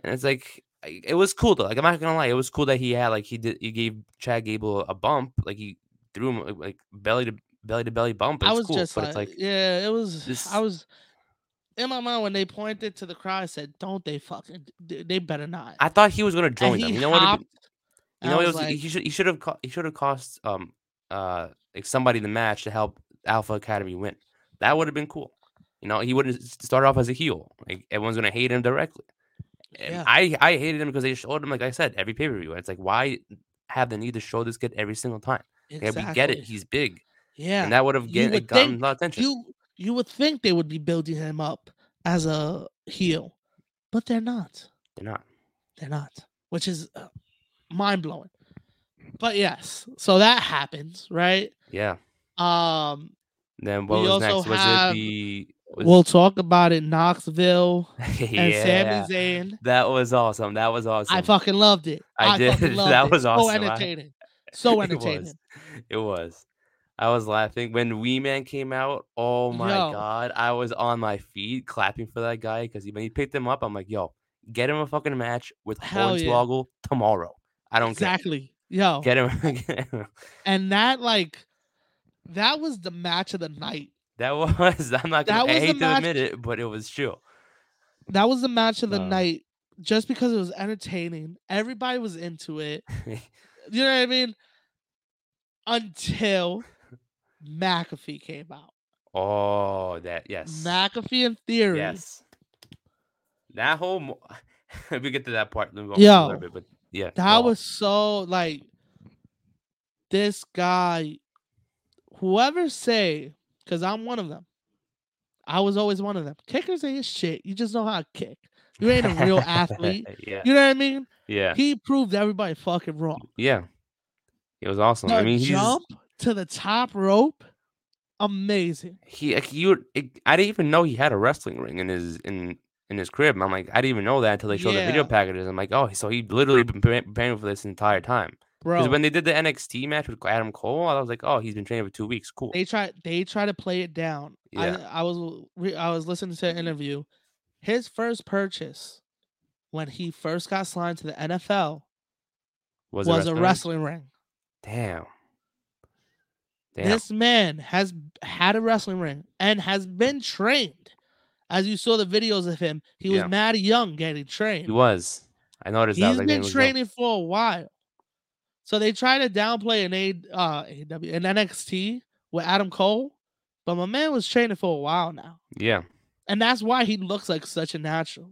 S1: And it's like I- it was cool though. Like I'm not gonna lie, it was cool that he had like he did he gave Chad Gable a bump. Like he threw him like- like belly to belly to belly bump. It's
S2: I was
S1: cool,
S2: just uh,
S1: but
S2: like,
S1: it's like
S2: yeah, it was
S1: this-
S2: I was in my mind when they pointed to the crowd, I said, Don't they fucking they they better not.
S1: I thought he was gonna join
S2: and
S1: them.
S2: he
S1: You know what?
S2: hopped,
S1: it- You
S2: and I
S1: know what it
S2: was
S1: was,
S2: like,
S1: he should he should have co- he should have cost um uh like somebody the match to help Alpha Academy win. That would have been cool. You know, he wouldn't s- start off as a heel. Like everyone's gonna hate him directly. And
S2: Yeah.
S1: I I hated him because they showed him like I said every pay per view. It's like why have the need to show this kid every single time? Like, we get it.
S2: "Exactly."
S1: He's big.
S2: Yeah.
S1: and that would have
S2: you
S1: get,
S2: would
S1: gotten
S2: think
S1: a lot of attention.
S2: you you would think they would be building him up as a heel, but they're not.
S1: They're not.
S2: They're not, which is mind blowing. But yes, so that happens, right?
S1: Yeah.
S2: Um,
S1: Then what
S2: We
S1: was
S2: also
S1: next? Was
S2: have-
S1: it the was- *laughs*
S2: we'll talk about it. Knoxville
S1: yeah?
S2: and Sami Zayn.
S1: that was awesome. That was awesome.
S2: I fucking loved it.
S1: I did. *laughs*
S2: fucking
S1: That was
S2: So
S1: awesome. I- *laughs*
S2: entertaining. So
S1: It was.
S2: entertaining.
S1: It was. I was laughing when Wee Man came out. Oh my
S2: Yo.
S1: god! I was on my feet clapping for that guy because when he picked him up, I'm like, "Yo, get him a fucking match with
S2: Hell yeah.
S1: Hornswoggle tomorrow. I don't
S2: exactly. Yo.
S1: care. Get him. *laughs* get him."
S2: and that like that was the match of the night.
S1: that was. I'm not. Gonna,
S2: That
S1: I
S2: was the
S1: hate to
S2: match-
S1: admit it, but it was true.
S2: that was the match of the
S1: No.
S2: night just because it was entertaining. Everybody was into it. You know what I mean? Until McAfee came out.
S1: *laughs* oh, that yes.
S2: McAfee and Theory.
S1: Yes. That whole mo- *laughs* we get to that part then we'll a
S2: Yo,
S1: little bit, but yeah.
S2: That
S1: go on. *laughs*
S2: was so like this guy, whoever say, because I'm one of them. I was always one of them. Kickers ain't shit. You just know how to kick. You ain't
S1: *laughs*
S2: a real athlete.
S1: yeah.
S2: You know what I mean?
S1: Yeah.
S2: He proved everybody fucking wrong.
S1: Yeah. It was awesome. I
S2: The
S1: mean, he's
S2: jump to the top rope, amazing.
S1: he like, you it, I didn't even know he had a wrestling ring in his in in his crib. And I'm like, I didn't even know that until they showed the video
S2: Yeah.
S1: packages. I'm like, oh, so he literally been pre- preparing for this entire time. Because
S2: bro.
S1: when they did the NXT match with Adam Cole, I was like, oh, he's been training for two weeks. Cool.
S2: they try they try to play it down.
S1: Yeah.
S2: I, I was re, I was listening to an interview. His first purchase when he first got signed to the NFL was,
S1: Was, it
S2: a
S1: wrestling?
S2: wrestling ring.
S1: Damn. Damn.
S2: This man has b- had a wrestling ring and has been trained. As you saw the videos of him, he
S1: Yeah.
S2: was mad young getting trained.
S1: he was. I noticed that. I was
S2: He's
S1: like,
S2: been
S1: "Damn, he was young."
S2: training for a while. So they try to downplay an A uh AW an NXT with Adam Cole, but my man was training for a while now.
S1: Yeah.
S2: And that's why he looks like such a natural.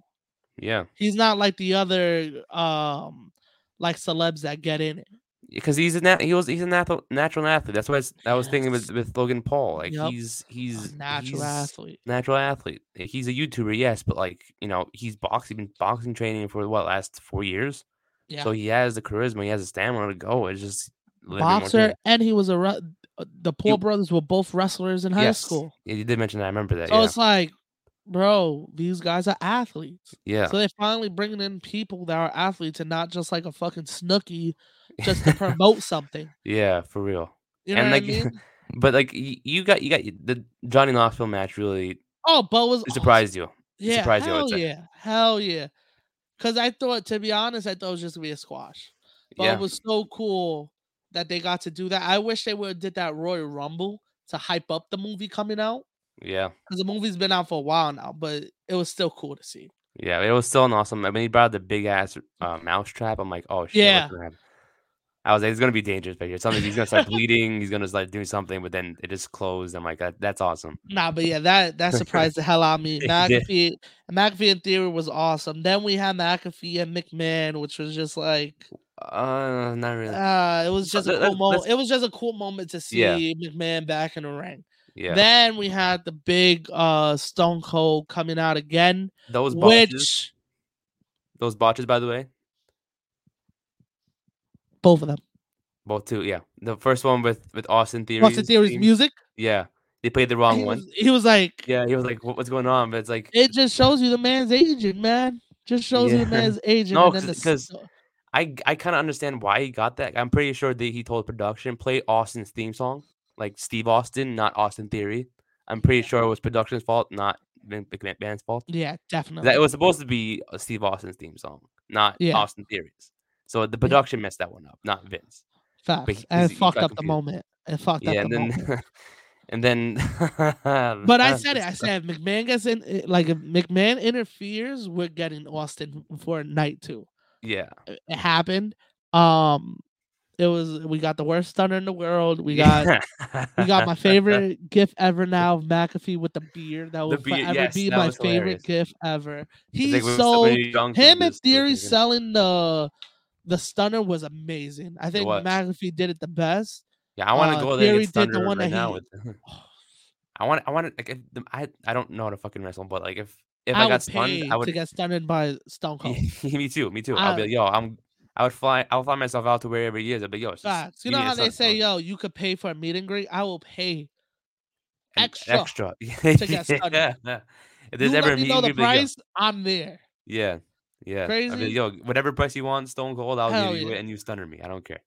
S1: Yeah.
S2: He's not like the other um like celebs that get in it.
S1: because he's a nat- he was he's a natural natural athlete. That's what I, was, I was thinking with,
S2: Yes.
S1: with Logan Paul. Like
S2: Yup.
S1: he's
S2: A
S1: he's
S2: natural
S1: he's
S2: athlete.
S1: natural athlete. Yeah, He's a YouTuber, yes, but like you know he's boxing been boxing training for what last four years.
S2: Yeah.
S1: So he has the charisma, he has the stamina to go. It's just living more
S2: Boxer
S1: training.
S2: and he was a re- uh, the Paul
S1: You-
S2: brothers were both wrestlers in high
S1: Yes.
S2: school.
S1: Yeah, you did mention that. I remember that.
S2: So it's like, bro, these guys are athletes.
S1: yeah,
S2: So they're finally bringing in people that are athletes and not just like a fucking snooky
S1: yeah, *laughs*
S2: just to promote something.
S1: yeah, for real.
S2: You know
S1: And,
S2: what
S1: like,
S2: I
S1: *laughs*
S2: mean?
S1: But like y- you got you got the Johnny Knoxville match really
S2: Oh, Bo was awesome.
S1: surprised you.
S2: Yeah,
S1: surprised you, I would
S2: hell
S1: say.
S2: yeah, hell yeah. Because I thought, to be honest, I thought it was just gonna be a squash, but
S1: yeah,
S2: it was so cool that they got to do that. I wish they would have did that Royal Rumble to hype up the movie coming out
S1: yeah.
S2: because the movie's been out for a while now, but it was still cool to see.
S1: Yeah, it was still an awesome. I mean, he brought out the big ass uh, mouse trap. I'm like, oh shit. what's
S2: Yeah.
S1: gonna happen? I was like, it's gonna be dangerous, but here something he's gonna start bleeding. He's gonna start doing something, but then it just closed. I'm like, that, that's awesome.
S2: Nah, but yeah,
S1: *laughs*
S2: that that surprised the hell out of me.
S1: It did.
S2: McAfee, McAfee in theory was awesome. Then we had McAfee and McMahon, which was just like
S1: Uh, not really.
S2: uh, it was
S1: So
S2: just a
S1: let-
S2: cool
S1: let's-
S2: moment.
S1: let's-
S2: It was just a cool moment to see
S1: Yeah.
S2: McMahon back in the ring.
S1: yeah,
S2: Then we had the big uh Stone Cold coming out again,
S1: those botches,
S2: which
S1: those botches, by the way,
S2: both of them.
S1: both two. Yeah, the first one with with Austin Theory.
S2: Austin Theory's music.
S1: Yeah, they played the wrong
S2: he,
S1: one.
S2: was, he was like,
S1: Yeah, he was like, what, what's going on? But it's like,
S2: it just shows you the man's agent, man. Just shows you
S1: Yeah.
S2: the man's agent.
S1: No,
S2: and then
S1: 'cause-
S2: the
S1: 'cause
S2: s-
S1: I g- I kind of understand why he got that. I'm pretty sure that he told production play Austin's theme song, like Steve Austin, not Austin Theory. I'm pretty sure it was production's fault, not Vince McMahon's fault.
S2: yeah, definitely.
S1: That it was supposed to be uh, Steve Austin's theme song, not
S2: Yeah.
S1: Austin Theory's. So the production messed that one up, not Vince.
S2: Facts.
S1: *laughs* he-
S2: and
S1: 'cause
S2: it
S1: he
S2: fucked
S1: got
S2: up the
S1: confused.
S2: moment. It fucked
S1: yeah,
S2: up
S1: and
S2: the
S1: then
S2: moment.
S1: *laughs* and then. *laughs*
S2: But I said it. I said if McMahon gets in, eh, like if McMahon interferes, we're getting Austin for night two.
S1: Yeah,
S2: It it happened. Um, it was we got the worst stunner in the world. We got we
S1: *laughs*
S2: got my favorite gif ever now of McAfee with the beard. That will
S1: beard,
S2: forever
S1: yes,
S2: be
S1: that
S2: my
S1: was
S2: favorite
S1: hilarious.
S2: gif ever.
S1: It's
S2: He
S1: like when
S2: sold
S1: somebody dunks
S2: him and
S1: this, they're
S2: Theory
S1: thinking-
S2: selling the the stunner was amazing. I think
S1: was.
S2: McAfee did it the best.
S1: Yeah, I want to
S2: uh,
S1: go there.
S2: Theory
S1: And
S2: did
S1: get
S2: the
S1: Thunder
S2: one
S1: right
S2: that
S1: now.
S2: he- Oh,
S1: With, I want. I want to. Like, if the, I. I don't know how to fucking wrestle, but like if if
S2: I,
S1: I,
S2: would
S1: got
S2: pay
S1: stunned, I
S2: to
S1: would.
S2: get Uh stunned by
S1: *laughs*
S2: Stone Cold.
S1: me too. Me too. I'll be
S2: I-
S1: like, yo, I'm. I would fly. I'll fly myself out to wherever he is. I'd be like, yo, it's just-
S2: Facts. You
S1: give
S2: know
S1: me
S2: how
S1: the
S2: they
S1: sun,
S2: say, uh,
S1: bro,
S2: yo, you could pay for a meet and greet. I will pay.
S1: and
S2: extra
S1: Extra. *laughs*
S2: get stunned.
S1: yeah. If there's
S2: you
S1: ever a
S2: let me know
S1: meeting,
S2: the price. I'm there.
S1: yeah, yeah. I'd be
S2: Crazy.
S1: like, yo, whatever price you want, Stone Cold, I'll
S2: Hell
S1: give you
S2: yeah.
S1: it, and you stunner me. I don't care.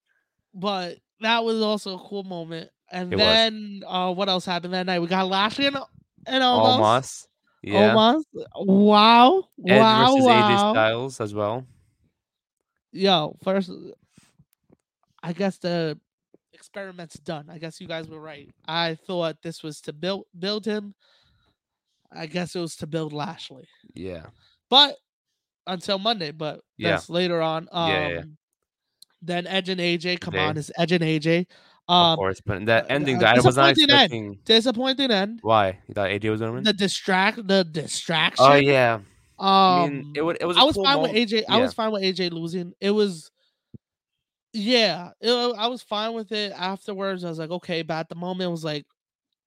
S2: But that was also a cool moment. And
S1: It was.
S2: then uh, what else happened that night? We got Lashley and, and Omos.
S1: Almost. Yeah.
S2: Omos. Wow.
S1: Edge
S2: Oh wow.
S1: versus AJ
S2: wow.
S1: Styles as well.
S2: Yo, first, I guess the experiment's done. I guess you guys were right. I thought this was to build build him. I guess it was to build Lashley.
S1: Yeah.
S2: but until Monday, but
S1: Yeah.
S2: that's later on. Um,
S1: Yeah, yeah, yeah.
S2: Then Edge and AJ, come
S1: Today.
S2: on, it's Edge and AJ.
S1: of
S2: Um,
S1: course, but that
S2: uh,
S1: ending,
S2: uh,
S1: I was not
S2: disappointing end.
S1: expecting.
S2: disappointing end.
S1: Why? You thought AJ was gonna win?
S2: The distract, the distraction.
S1: Oh yeah.
S2: Um,
S1: I mean, it, would, it was. a
S2: I was
S1: cool
S2: fine
S1: moment.
S2: with AJ. I
S1: Yeah.
S2: was fine with AJ losing. It was, yeah, it, wa- I was fine with it. Afterwards, I was like, okay, but at the moment, it was like,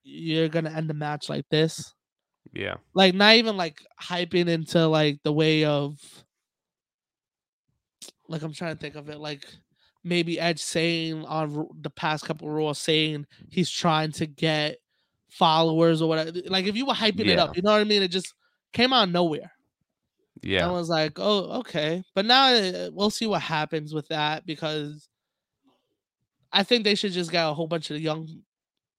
S2: you're gonna end the match like this.
S1: Yeah.
S2: like not even like hyping into like the way of like I'm trying to think of it like maybe Edge saying on R- the past couple Raw saying he's trying to get followers or whatever. Like if you were hyping it
S1: Yeah.
S2: up, you know what I mean? It just came out of nowhere.
S1: Yeah.
S2: I was like, oh, okay. But now uh, we'll see what happens with that because I think they should just get a whole bunch of young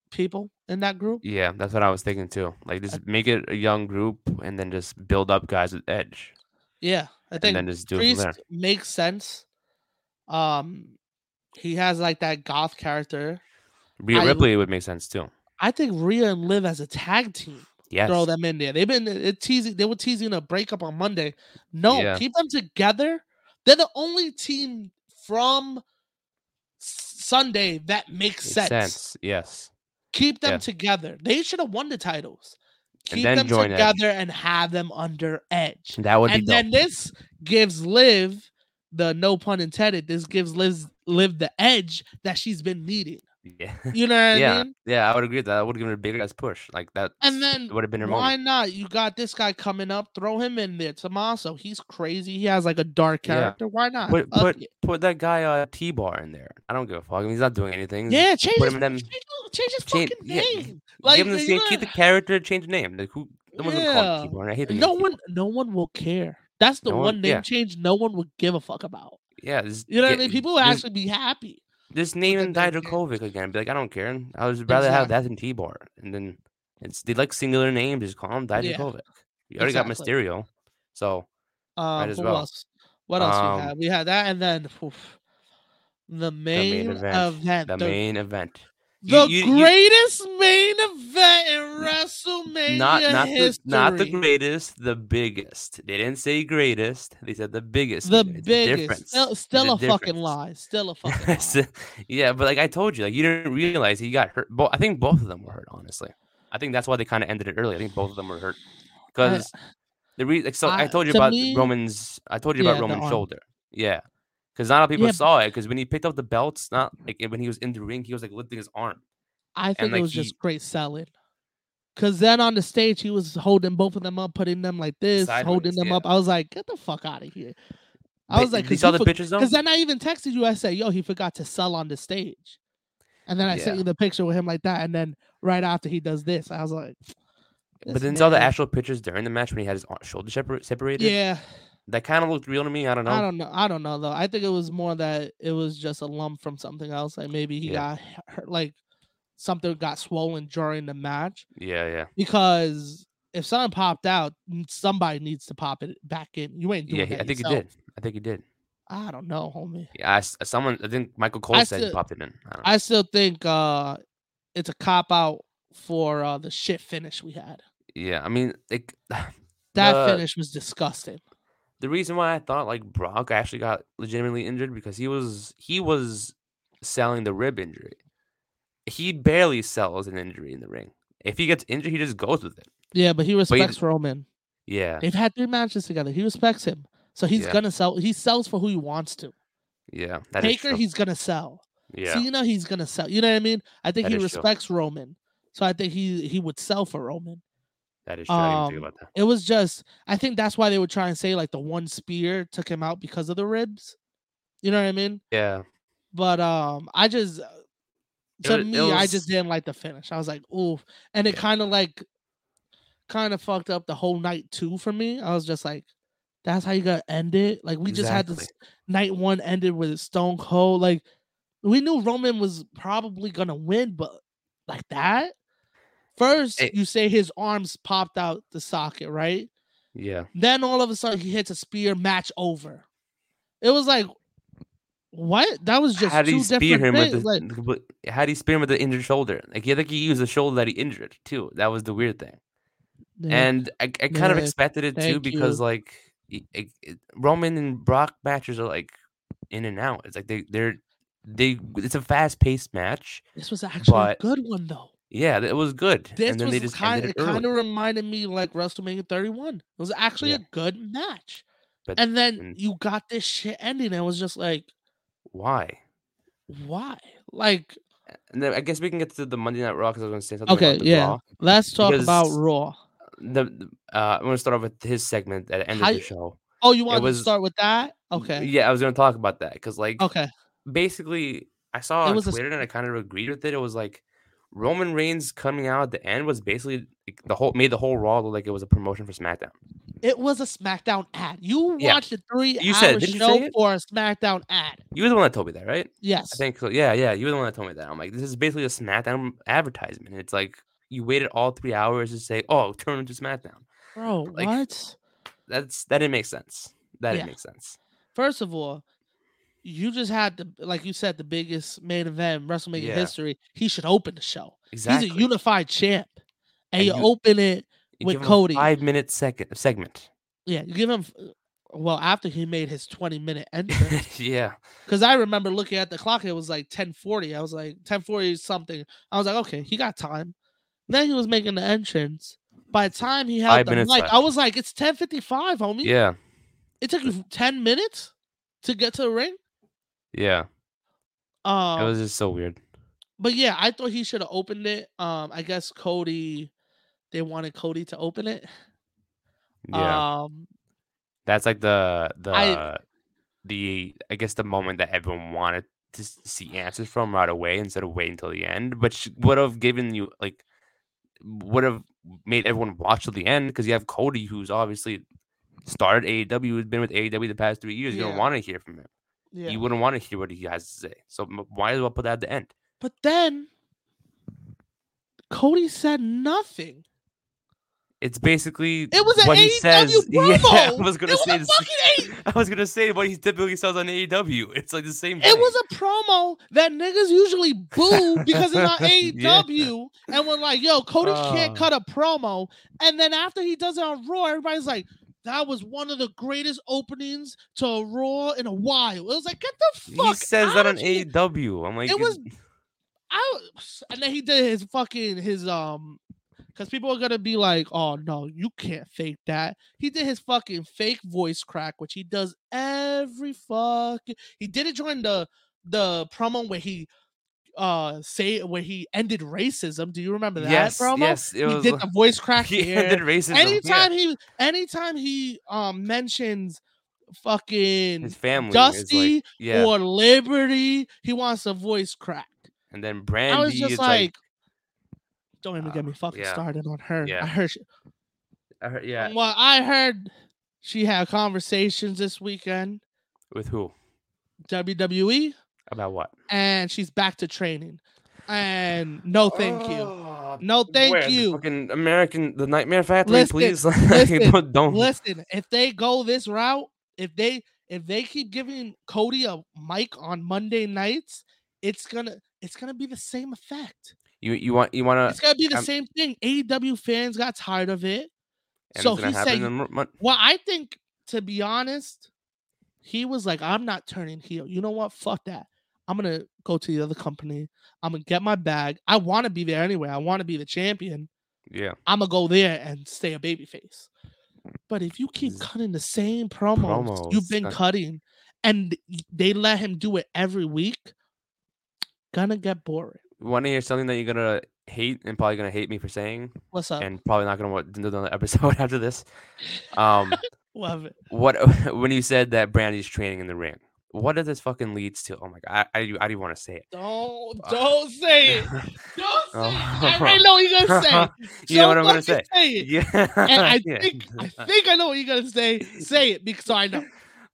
S2: people in that group.
S1: Yeah, that's what I was thinking too. Like, just make it a young group and then just build up guys with edge,
S2: Yeah, I
S1: and
S2: think
S1: then just do it from
S2: Priest
S1: there.
S2: makes sense. Um, he has like that goth character.
S1: Rhea
S2: I-
S1: Ripley would make sense too.
S2: I think Rhea and Liv as a tag team
S1: Yes.
S2: throw them in there. They've been uh, it teasing. They were teasing a breakup on Monday. No,
S1: Yeah.
S2: keep them together. They're the only team from S- Sunday that makes
S1: Makes
S2: sense.
S1: Yes.
S2: Keep them
S1: Yeah.
S2: together. They should have won the titles.
S1: And
S2: Keep
S1: then
S2: them
S1: join Edge.
S2: together and have them under Edge.
S1: That would be
S2: and
S1: dope.
S2: then this gives Liv the no pun intended. This gives Liv Liv the edge that she's been needing.
S1: yeah. *laughs*
S2: You know what
S1: yeah.
S2: I mean?
S1: Yeah. I would agree with that. I would give it a big ass push. Like that.
S2: And then
S1: would have been her
S2: Why
S1: moment.
S2: not? You got this guy coming up. Throw him in there. Tommaso, he's crazy. He has like a dark
S1: Yeah.
S2: character. Why not?
S1: Put
S2: Up
S1: put
S2: it.
S1: put that guy uh, T bar in there. I don't give a fuck. I mean, he's not doing anything.
S2: yeah, change
S1: mm, put
S2: his,
S1: him in them-
S2: change, his- change his
S1: change-
S2: fucking
S1: yeah,
S2: name. Like
S1: give him the
S2: you
S1: same. Keep the
S2: know,
S1: character. Change the name. Like who? No one's gonna call him
S2: Yeah.
S1: T bar. I hate the
S2: no
S1: name T-Bar.
S2: one, no one will care. That's the
S1: No
S2: one,
S1: one-
S2: name
S1: yeah.
S2: change no one would give a fuck about.
S1: Yeah. Just,
S2: You know what I
S1: get-
S2: mean? People will
S1: just-
S2: actually be happy.
S1: Just
S2: the
S1: name
S2: name change.
S1: Dijakovic again. Be like, I don't care. I would just rather have that than T Bar. And then it's they like singular name. Just call him
S2: Yeah.
S1: Dijakovic. You already got
S2: Exactly.
S1: Mysterio. So
S2: Um,
S1: as
S2: who
S1: well.
S2: else? What else
S1: Um,
S2: we had? We had that, and then oof, the main,
S1: event.
S2: event,
S1: the
S2: the,
S1: main event.
S2: the
S1: you- you-
S2: greatest main event in WrestleMania
S1: Not not the,
S2: history.
S1: not the greatest, the biggest. They didn't say greatest. They said the biggest.
S2: The
S1: nigga. It's a
S2: biggest.
S1: difference.
S2: Still,
S1: It's
S2: still a, fucking
S1: difference. *laughs*
S2: lie. Still a fucking lie.
S1: So- yeah, but like I told you, like you didn't realize he got hurt. Bo- I think both of them were hurt. Honestly, I think that's why they kind of ended it early. I think both of them were hurt because the reason. Like, so I,
S2: I-
S1: told you
S2: uh, to
S1: about
S2: me-
S1: Roman's. I told you
S2: Yeah,
S1: about
S2: the
S1: Roman's
S2: arm.
S1: shoulder. Yeah, because not a lot of people
S2: Yeah,
S1: saw it. Because when he picked up the belts, not like when he was in the ring, he was like lifting his arm.
S2: I think it
S1: like,
S2: was just
S1: he-
S2: great selling. Cause then on the stage he was holding both of them up, putting them like this, holding
S1: Sideways,
S2: them
S1: yeah.
S2: up. I was like, get the fuck out of here. I
S1: But
S2: was like,
S1: you
S2: cause,
S1: saw
S2: you
S1: the
S2: for-
S1: pictures though.
S2: 'cause then I even texted you. I said, yo, he forgot to sell on the stage. And then I
S1: Yeah.
S2: sent you the picture with him like that. And then right after he does this, I was like,
S1: But
S2: this
S1: then saw the
S2: man-
S1: actual pictures during the match when he had his ar- shoulder separ- separated.
S2: Yeah.
S1: That kind of looked real to me. I don't know.
S2: I don't know. I don't know though. I think it was more that it was just a lump from something else. Like maybe he
S1: Yeah.
S2: got hurt, like something got swollen during the match.
S1: Yeah, yeah,
S2: Because if something popped out, n- somebody needs to pop it back in. You ain't doing
S1: yeah. he-
S2: that.
S1: I think
S2: yourself.
S1: he did. I think he did.
S2: I don't know, homie.
S1: Yeah, I s- someone. I think Michael Cole
S2: I
S1: said he
S2: still-
S1: popped it in. I don't know.
S2: I still think uh it's a cop out for uh the shit finish we had.
S1: Yeah, I mean, like *sighs*
S2: That
S1: The-
S2: finish was disgusting.
S1: the reason why I thought like Brock actually got legitimately injured because he was he was selling the rib injury. He barely sells an injury in the ring. If he gets injured, he just goes with it.
S2: Yeah, but he respects Roman.
S1: Yeah,
S2: They've had three matches together. He respects him. So he's
S1: Yeah.
S2: gonna sell he sells for who he wants to.
S1: yeah, that is
S2: Taker,
S1: true.
S2: he's gonna sell.
S1: yeah,
S2: So you know he's gonna sell. You know what I mean? I think
S1: That
S2: he
S1: is true.
S2: respects Roman. So I think he he would sell for Roman.
S1: that is true. I didn't even
S2: um,
S1: think about that.
S2: It was just I think that's why they would try and say like the one spear took him out because of the ribs. You know what I mean?
S1: Yeah,
S2: But um I just
S1: It
S2: to
S1: was- it
S2: me I
S1: was-
S2: just didn't like the finish. I was like, oof. And it
S1: Yeah.
S2: kind of like kind of fucked up the whole night too for me. I was just like, that's how you gotta end it. Like we just had
S1: Exactly.
S2: this night one ended with Stone Cold. Like we knew Roman was probably gonna win, but like that. First,
S1: It-
S2: you say his arms popped out the socket, right?
S1: yeah,
S2: Then all of a sudden he hits a spear, match over. It was like, what? That was just
S1: how do
S2: two
S1: you spear
S2: different
S1: him
S2: things.
S1: with the
S2: like,
S1: the complete- how do you spear him with the injured shoulder? Like, yeah, I think he used the shoulder that he injured too. That was the weird thing.
S2: yeah.
S1: and I, I kind of
S2: Yeah,
S1: expected it too
S2: thank
S1: because
S2: you.
S1: like y- it- it- Roman and Brock matches are like in and out. It's like they they're they it's a fast paced match.
S2: this was actually
S1: but
S2: a good one though.
S1: Yeah, it was good.
S2: This
S1: and then
S2: was
S1: they just
S2: kind
S1: ended
S2: of, it
S1: it early.
S2: kind of reminded me like WrestleMania 31. It was actually
S1: Yeah.
S2: a good match.
S1: But-
S2: and then
S1: and-
S2: you got this shit ending. And it was just like,
S1: Why?
S2: why? Like,
S1: And then I guess we can get to the Monday Night Raw because I was going to say something
S2: Okay,
S1: about the
S2: yeah.
S1: Raw.
S2: let's talk about
S1: Because-
S2: Raw.
S1: The, the- uh, I'm going to start off with his segment at the end
S2: How
S1: of the
S2: you-
S1: show.
S2: Oh, you want
S1: was-
S2: to start with that? Okay.
S1: Yeah, I was going to talk about that because like
S2: Okay.
S1: basically I saw
S2: It
S1: on
S2: was a s-
S1: Twitter and I kind of agreed with it. It was like Roman Reigns coming out at the end was basically like, the whole made the whole Raw look like it was a promotion for SmackDown.
S2: It was a SmackDown ad. You
S1: Yeah.
S2: watched a three
S1: You
S2: hour
S1: said it, didn't you
S2: show
S1: say it?
S2: for a SmackDown ad.
S1: You were the one that told me that, right? I
S2: Yes.
S1: think so. Yeah, yeah. You were the one that told me that. I'm like, this is basically a SmackDown advertisement. It's like you waited all three hours to say, "Oh, turn into SmackDown."
S2: Bro,
S1: like-
S2: what?
S1: That's that didn't make sense. That didn't
S2: Yeah.
S1: make sense.
S2: First of all, you just had the like you said, the biggest main event in WrestleMania
S1: Yeah.
S2: history. He should open the show.
S1: Exactly.
S2: He's a unified champ. And,
S1: And
S2: you,
S1: you-
S2: open it.
S1: You
S2: with
S1: give him a
S2: Cody.
S1: five-minute second segment. *laughs*
S2: Yeah, you give him f- uh, well, after he made his 20 minute
S1: *laughs*
S2: entrance.
S1: yeah,
S2: Because I remember looking at the clock, it was like 1040. I was like 1040 something. I was like, okay, he got time. Then he was making the entrance. By the time he
S1: Five
S2: had the mic,
S1: minutes left.
S2: I was like, it's 1055, homie.
S1: yeah,
S2: It took you 10 minutes to get to the ring.
S1: yeah.
S2: Um,
S1: It was just so weird.
S2: but yeah, I thought he should have opened it. Um, I guess Cody, they wanted Cody to open it.
S1: Yeah,
S2: Um,
S1: that's like the the
S2: I-
S1: the I guess the moment that everyone wanted to s- see answers from right away instead of waiting until the end, which would have given you like would have made everyone watch till the end because you have Cody who's obviously started AEW, who's been with AEW the past three years. You
S2: Yeah.
S1: don't want to hear from him.
S2: yeah.
S1: You wouldn't want to hear what he has to say. So m- why as well put that at the end?
S2: but then Cody said nothing.
S1: It's basically
S2: It was an
S1: what he
S2: AEW
S1: says. *laughs*
S2: promo.
S1: Yeah, I was gonna
S2: it was
S1: say
S2: a
S1: the s-
S2: fucking
S1: *laughs* I was gonna say what he typically sells on AEW. It's like the same.
S2: A- It was a promo that niggas usually boo because it's not
S1: *laughs* Yeah.
S2: AEW, and we're like, "Yo, Cody can't
S1: Ah.
S2: cut a promo." And then after he does it on Raw, everybody's like, "That was one of the greatest openings to a Raw in a while." It was like, "Get the fuck!"
S1: He says that
S2: out
S1: on
S2: of here."
S1: AEW. I'm like,
S2: It
S1: it
S2: was I, and then he did his fucking his um because people are gonna be like, oh no, you can't fake that. He did his fucking fake voice crack, which he does every fuck. He did it during the the promo where he uh say where he ended racism. Do you remember that
S1: yes,
S2: promo?
S1: yes, it
S2: he
S1: was.
S2: did the
S1: *laughs*
S2: voice crack
S1: he
S2: here.
S1: ended racism. yeah.
S2: anytime he anytime he um mentions fucking
S1: his family, is like,
S2: Dusty
S1: yeah,
S2: or Liberty, he wants a voice crack.
S1: and then
S2: I
S1: Brandy.
S2: was just
S1: it's
S2: like,
S1: like, uh,
S2: don't even get me fucking
S1: yeah.
S2: started on her.
S1: Yeah.
S2: I heard, she,
S1: I heard- yeah,
S2: well, I heard she had conversations this weekend,
S1: with who?
S2: WWE,
S1: About what?
S2: and she's back to training. And no, thank
S1: Oh,
S2: you. No, thank
S1: Where? The
S2: you.
S1: Fucking American, the Nightmare Factory,
S2: Listen,
S1: please. *laughs* Like,
S2: listen,
S1: don't, don't-
S2: Listen, if they go this route, if they if they keep giving Cody a mic on Monday nights, it's gonna it's gonna be the same effect.
S1: You you want you want
S2: It's gonna be the
S1: Uh, I'm-
S2: same thing. AEW fans got tired of it.
S1: to?
S2: so
S1: it's gonna
S2: he
S1: happen
S2: said-
S1: in a month.
S2: Well, I think to be honest, he was like, "I'm not turning heel." You know what? Fuck that. I'm gonna go to the other company. I'm gonna get my bag. I want to be there anyway. I want to be the champion.
S1: Yeah,
S2: I'm gonna go there and stay a babyface. But if you keep
S1: Z-
S2: cutting the same promos, you've
S1: Promos,
S2: been
S1: uh,
S2: cutting, and y- they let him do it every week, gonna get boring.
S1: want to hear something that you're gonna hate and probably gonna hate me for saying,
S2: What's up?
S1: and probably not gonna want to do another episode *laughs* after this. Um.
S2: Love it.
S1: what *laughs* when you said that Brandy's training in the ring, what does this fucking leads to? Oh my god, I I, do- I do want to say
S2: Don't
S1: Uh,
S2: don't
S1: *laughs*
S2: say it.
S1: it.
S2: Don't say it. I
S1: *laughs*
S2: already know what you're gonna say.
S1: you know what I'm gonna
S2: fucking
S1: say?
S2: it.
S1: Yeah,
S2: and I
S1: *laughs* yeah.
S2: think I think I know what you're gonna say. Say it because I know.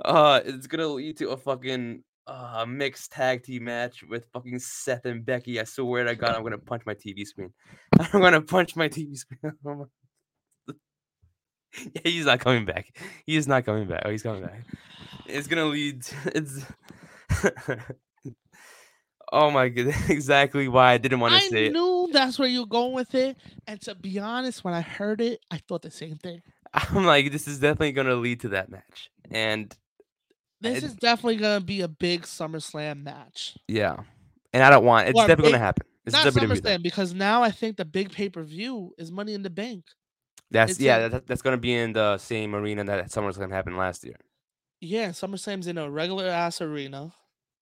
S1: uh, it's gonna lead to a fucking uh mixed tag team match with fucking Seth and Becky. I swear to God, I'm gonna punch my TV screen. *laughs* I'm gonna punch my TV screen. *laughs* Oh my- *laughs* yeah, he's not coming back. He is not coming back. Oh, he's coming back. It's gonna lead. *laughs* It's. oh my god! *laughs* Exactly why I didn't want to
S2: I
S1: say it.
S2: knew that's where you're going with it. And to be honest, when I heard it, I thought the same thing.
S1: *laughs* I'm like, this is definitely gonna lead to that match, and
S2: This
S1: It-
S2: is definitely gonna be a big SummerSlam match.
S1: yeah, and I don't want. It's
S2: Well,
S1: definitely
S2: big-
S1: gonna happen. It's
S2: Not
S1: WWE. E, though.
S2: SummerSlam because now I think the big pay per view is Money in the Bank.
S1: That's
S2: It's
S1: yeah.
S2: in-
S1: That, that's gonna be in the same arena that SummerSlam happened last year,
S2: Yeah, SummerSlam's in a regular ass arena.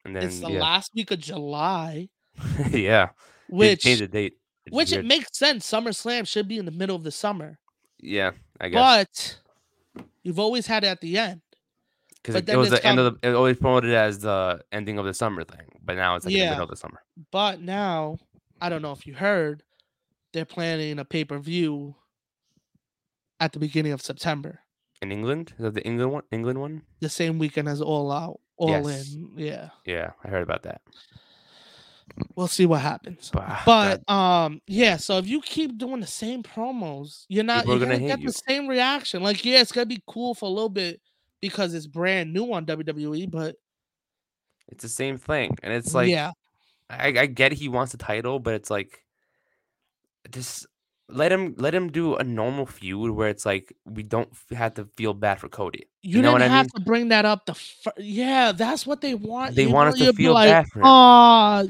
S1: and then
S2: it's the
S1: yeah,
S2: last week of July,
S1: *laughs* yeah. they
S2: which
S1: changed the date, It's
S2: which it
S1: weird.
S2: makes sense. SummerSlam should be in the middle of the summer,
S1: yeah, I guess
S2: but you've always had it at the end.
S1: because
S2: but
S1: it, it
S2: then
S1: was
S2: it's
S1: the end of the. It always promoted as the ending of the summer thing, but now it's like in
S2: Yeah.
S1: the middle of the summer.
S2: But now, I don't know if you heard, they're planning a pay per view at the beginning of September.
S1: in England. Is that the England one? England one?
S2: The same weekend as All Out, All
S1: Yes.
S2: In. Yeah,
S1: Yeah, I heard about that.
S2: we'll see what happens.
S1: But, ah, God,
S2: But um, yeah. So if you keep doing the same promos, you're not
S1: People are
S2: you're
S1: gonna
S2: gonna,
S1: hate
S2: get
S1: you.
S2: the same reaction. Like, yeah, it's gonna be cool for a little bit because it's brand new on WWE, but
S1: it's the same thing, and it's like
S2: yeah,
S1: I, I get he wants the title, but it's like just let him let him do a normal feud where it's like we don't f- have to feel bad for Cody.
S2: you,
S1: know
S2: didn't
S1: what I
S2: have
S1: mean?
S2: to bring that up. The fir- yeah, that's what they want.
S1: They
S2: Uh, you
S1: want
S2: know,
S1: us to
S2: you'd be
S1: feel
S2: like,
S1: bad for him.
S2: Oh,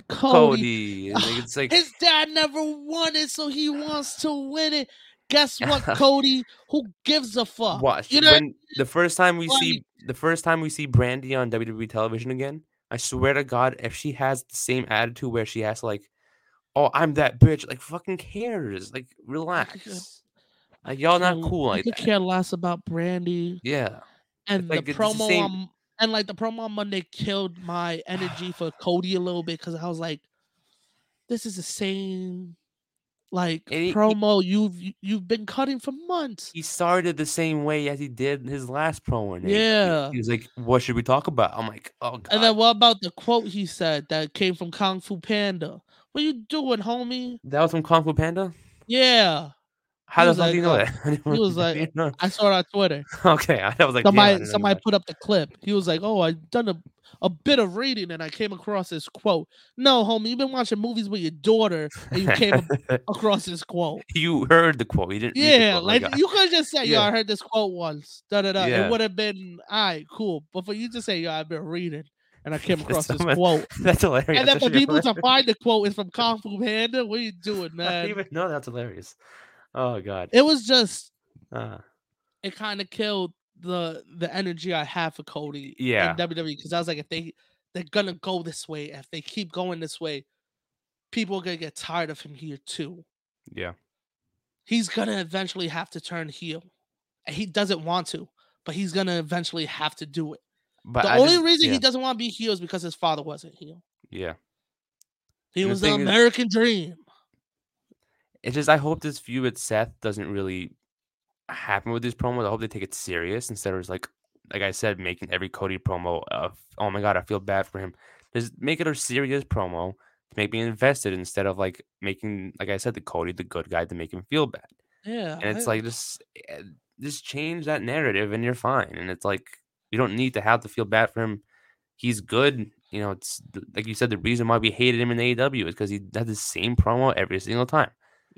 S1: Cody,
S2: Cody,
S1: and like,
S2: *laughs*
S1: it's like
S2: His dad never won it, so he wants to win it. Guess
S1: *laughs*
S2: what, Cody? Who gives a fuck?
S1: watch
S2: You know,
S1: when the first time we
S2: like-
S1: see the first time we see Brandy on WWE television again. I swear to God, if she has the same attitude where she has like, "Oh, I'm that bitch," like fucking cares, like relax, like y'all Oh, not
S2: Dude,
S1: cool
S2: I
S1: like
S2: could
S1: that.
S2: care less about Brandy
S1: Yeah,
S2: and
S1: like,
S2: the
S1: it's the
S2: promo
S1: same-
S2: on and like the promo on Monday killed my
S1: *sighs*
S2: energy for Cody a little bit because I was like, this is the same like
S1: And he-
S2: promo you've you- you've been cutting for months.
S1: he started the same way as he did in his last promo. and he- he-
S2: Yeah.
S1: he was like, "What should we talk about?" I'm like, "Oh God."
S2: And then what about the quote he said that came from Kung Fu Panda? What you doing, homie?
S1: that was from Kung Fu Panda.
S2: Yeah.
S1: How
S2: He
S1: does
S2: was
S1: like, you
S2: like,
S1: know
S2: uh,
S1: that? *laughs* I didn't
S2: he was
S1: really
S2: like,
S1: know.
S2: I saw it on Twitter.
S1: *laughs* "Okay," I was like, "Damn, I
S2: somebody
S1: didn't know
S2: somebody
S1: that."
S2: put up the clip. He was like, "Oh, I done a, a bit of reading and I came across this quote." No, homie, you've been watching movies with your daughter and you came
S1: *laughs*
S2: a- across this quote.
S1: You heard the quote. You didn't. read the
S2: Yeah,
S1: quote, my
S2: like
S1: God.
S2: you could just say, "Yo,
S1: Yeah.
S2: I heard this quote once." Da da da.
S1: Yeah.
S2: It would have been all right, cool. But for you to say, "Yo, I've been reading
S1: *laughs*
S2: and I came
S1: That's
S2: across
S1: so
S2: this
S1: much- *laughs*
S2: quote,"
S1: *laughs* That's hilarious.
S2: and then
S1: That
S2: for
S1: shit
S2: people to
S1: hilarious.
S2: find the quote is from Kung Fu Panda, what are you
S1: *laughs*
S2: doing,
S1: I didn't
S2: man?
S1: even know that's hilarious. Oh God.
S2: It was just
S1: Uh,
S2: it kind of killed the the energy I have for Cody.
S1: Yeah.
S2: In WWE, because I was like, if they they're gonna go this way, if they keep going this way, people are gonna get tired of him here too.
S1: yeah.
S2: He's gonna eventually have to turn heel, and he doesn't want to, but he's gonna eventually have to do it.
S1: But
S2: the
S1: I
S2: only
S1: just-
S2: reason
S1: yeah,
S2: he doesn't want to be heel is because his father wasn't heel.
S1: yeah.
S2: He
S1: And the
S2: was the
S1: thing is-
S2: American dream.
S1: It's just I hope this feud with Seth doesn't really happen with these promos. I hope they take it serious instead of just like like I said, making every Cody promo of oh my god, I feel bad for him. Just make it a serious promo to make me invested instead of like making like I said, the Cody the good guy to make him feel bad.
S2: Yeah.
S1: And it's
S2: I-
S1: like just eh, just change that narrative and you're fine. And it's like you don't need to have to feel bad for him. He's good. You know, it's th- like you said, the reason why we hated him in AEW is because he had the same promo every single time.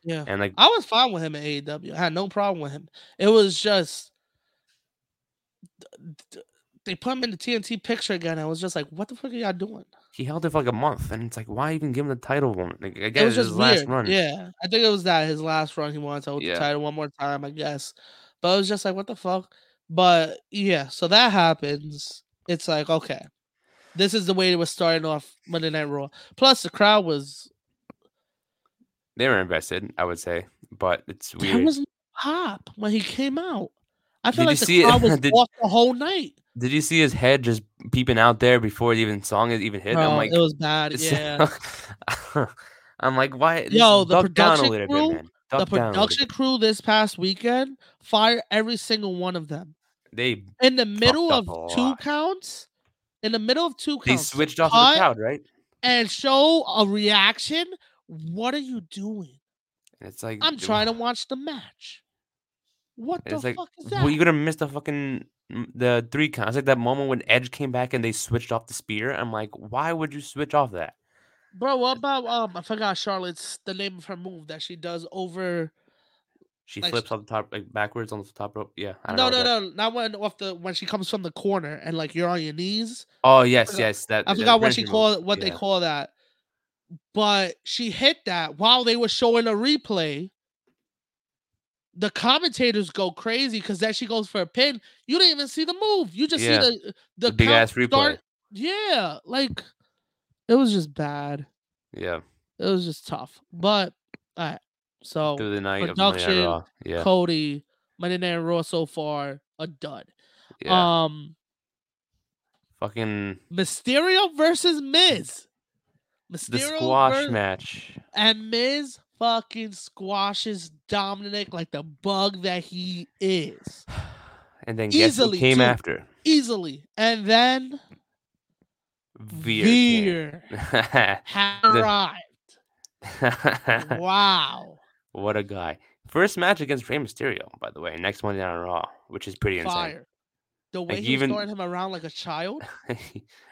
S2: yeah.
S1: And like
S2: I was fine with him at AEW. I had no problem with him. It was just th- th- they put him in the TNT picture again. I was just like, what the fuck are y'all doing?
S1: he held it for like a month, and it's like, why even give him the title one? Like, I
S2: it
S1: guess
S2: was
S1: it's his
S2: just
S1: last
S2: weird.
S1: run.
S2: Yeah, I think it was that his last run. He wanted to hold
S1: Yeah.
S2: the title one more time, I guess. But it was just like, what the fuck? But yeah, so that happens. It's like, okay, this is the way it was starting off Monday Night Raw. Plus, the crowd was
S1: They were invested, I would say, but it's
S2: there
S1: weird.
S2: was no pop when he came out. I
S1: Did
S2: feel
S1: you
S2: like
S1: see
S2: the
S1: it?
S2: crowd was
S1: *laughs* Did-
S2: off the whole night.
S1: Did you see his head just peeping out there before the even song is even hit? I'm
S2: Bro,
S1: like,
S2: it was *laughs* bad.
S1: it's- *laughs*
S2: Yeah,
S1: I'm like, why? just
S2: Yo, the
S1: duck down a
S2: production
S1: little
S2: crew-
S1: bit, man.
S2: the
S1: Duck down a little
S2: production
S1: bit.
S2: crew this past weekend fired every single one of them
S1: They
S2: in the middle
S1: up
S2: of
S1: a
S2: two
S1: lot.
S2: counts. In the middle of two
S1: they
S2: counts, to
S1: switched off of
S2: cut
S1: the crowd, right?
S2: and show a reaction. What are you doing?
S1: And it's like
S2: I'm trying to watch the match. What
S1: It's
S2: the
S1: like,
S2: fuck is that?
S1: well, you're gonna miss the fucking m- the three counts. It's like that moment when Edge came back and they switched off the spear. I'm like, why would you switch off that?
S2: Bro, what about um? I forgot Charlotte's the name of her move that she does over.
S1: She
S2: Like,
S1: flips on the top, like backwards on the top rope. Yeah, I don't
S2: No,
S1: know
S2: no,
S1: what that-
S2: no, not when off the when she comes from the corner and like you're on your knees.
S1: Oh yes,
S2: forgot-
S1: yes. That
S2: I
S1: that
S2: forgot what she
S1: finishing move.
S2: called what they
S1: Yeah.
S2: call that. But she hit that while they were showing a replay. The commentators go crazy because then she goes for a pin. You didn't even see the move. You just
S1: Yeah.
S2: see the the,
S1: The big
S2: count
S1: ass replay.
S2: start- Yeah, like it was just bad.
S1: Yeah,
S2: It was just tough. But all right, so
S1: through the night of Monday Night
S2: production,
S1: Raw. Yeah,
S2: Cody, Monday Night Raw so far a dud.
S1: yeah.
S2: Um,
S1: fucking
S2: Mysterio versus Miz. Mysterio
S1: Mm. the squash
S2: ver-
S1: match.
S2: And Miz fucking squashes Dominic like the bug that he is.
S1: and then guess who
S2: Easily,
S1: came
S2: too.
S1: after
S2: easily. And then
S1: Veer. came.
S2: Veer had arrived. Wow.
S1: *laughs* what a guy! First match against Rey Mysterio, by the way. Next Monday on Raw, which is pretty insane.
S2: Fire. The way
S1: Like,
S2: he
S1: even-
S2: was throwing him around like
S1: *laughs*
S2: a child.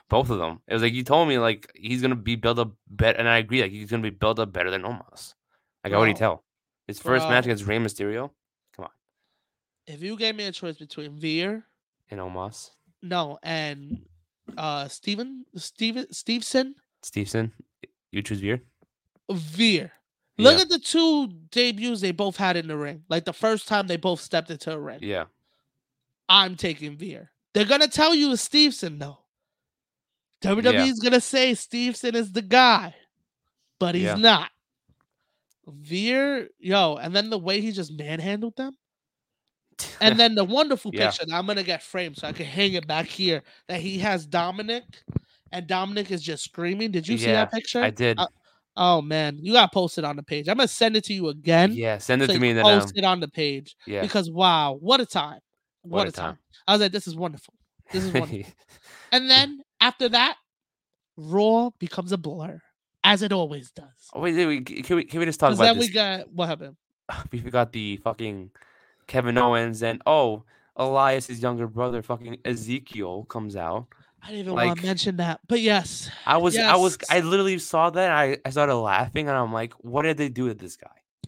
S1: Both of them. It was like you told me, like he's gonna be built up better, and I agree. Like he's gonna be built up better than Omos. I can already
S2: Bro.
S1: tell. His first match
S2: Bro.
S1: against Rey Mysterio
S2: If you gave me a choice between Veer,
S1: and Omos
S2: no, and uh Steven Steven Stevenson,
S1: Stevenson. You choose Veer.
S2: Veer. Look
S1: Yeah.
S2: at the two debuts they both had in the ring. Like the first time they both stepped into a ring.
S1: Yeah,
S2: I'm taking Veer. They're gonna tell you it's Stevenson though. WWE's gonna say Stevenson is the guy, but he's
S1: Yeah.
S2: not. Veer, yo, and then the way he just manhandled them,
S1: *laughs*
S2: and then the wonderful
S1: Yeah.
S2: picture that I'm gonna get framed so I can hang it back here that he has Dominic, and Dominic is just screaming. Did you see that picture?
S1: *laughs* I did.
S2: uh, oh man, you gotta post it on the page. I'm gonna send it to you again.
S1: yeah, send it
S2: so
S1: to
S2: you
S1: me. And then um,
S2: post it on the page
S1: yeah,
S2: because wow, what a time! What,
S1: What a
S2: a time.
S1: time.
S2: I was like, this is wonderful. This
S1: *laughs*
S2: is wonderful. and then after that, Raw becomes a blur, as it always does.
S1: Oh, wait, wait, wait, c- can we can we just talk
S2: Because
S1: about
S2: then
S1: this?
S2: we got what happened.
S1: we forgot the fucking Kevin Owens and oh Elias's younger brother, fucking Ezekiel, comes out.
S2: I didn't even want
S1: Like-
S2: to mention that, but yes,
S1: I was I was I
S2: Yes.
S1: literally saw that. And I I started laughing and I'm like, what did they do to this guy?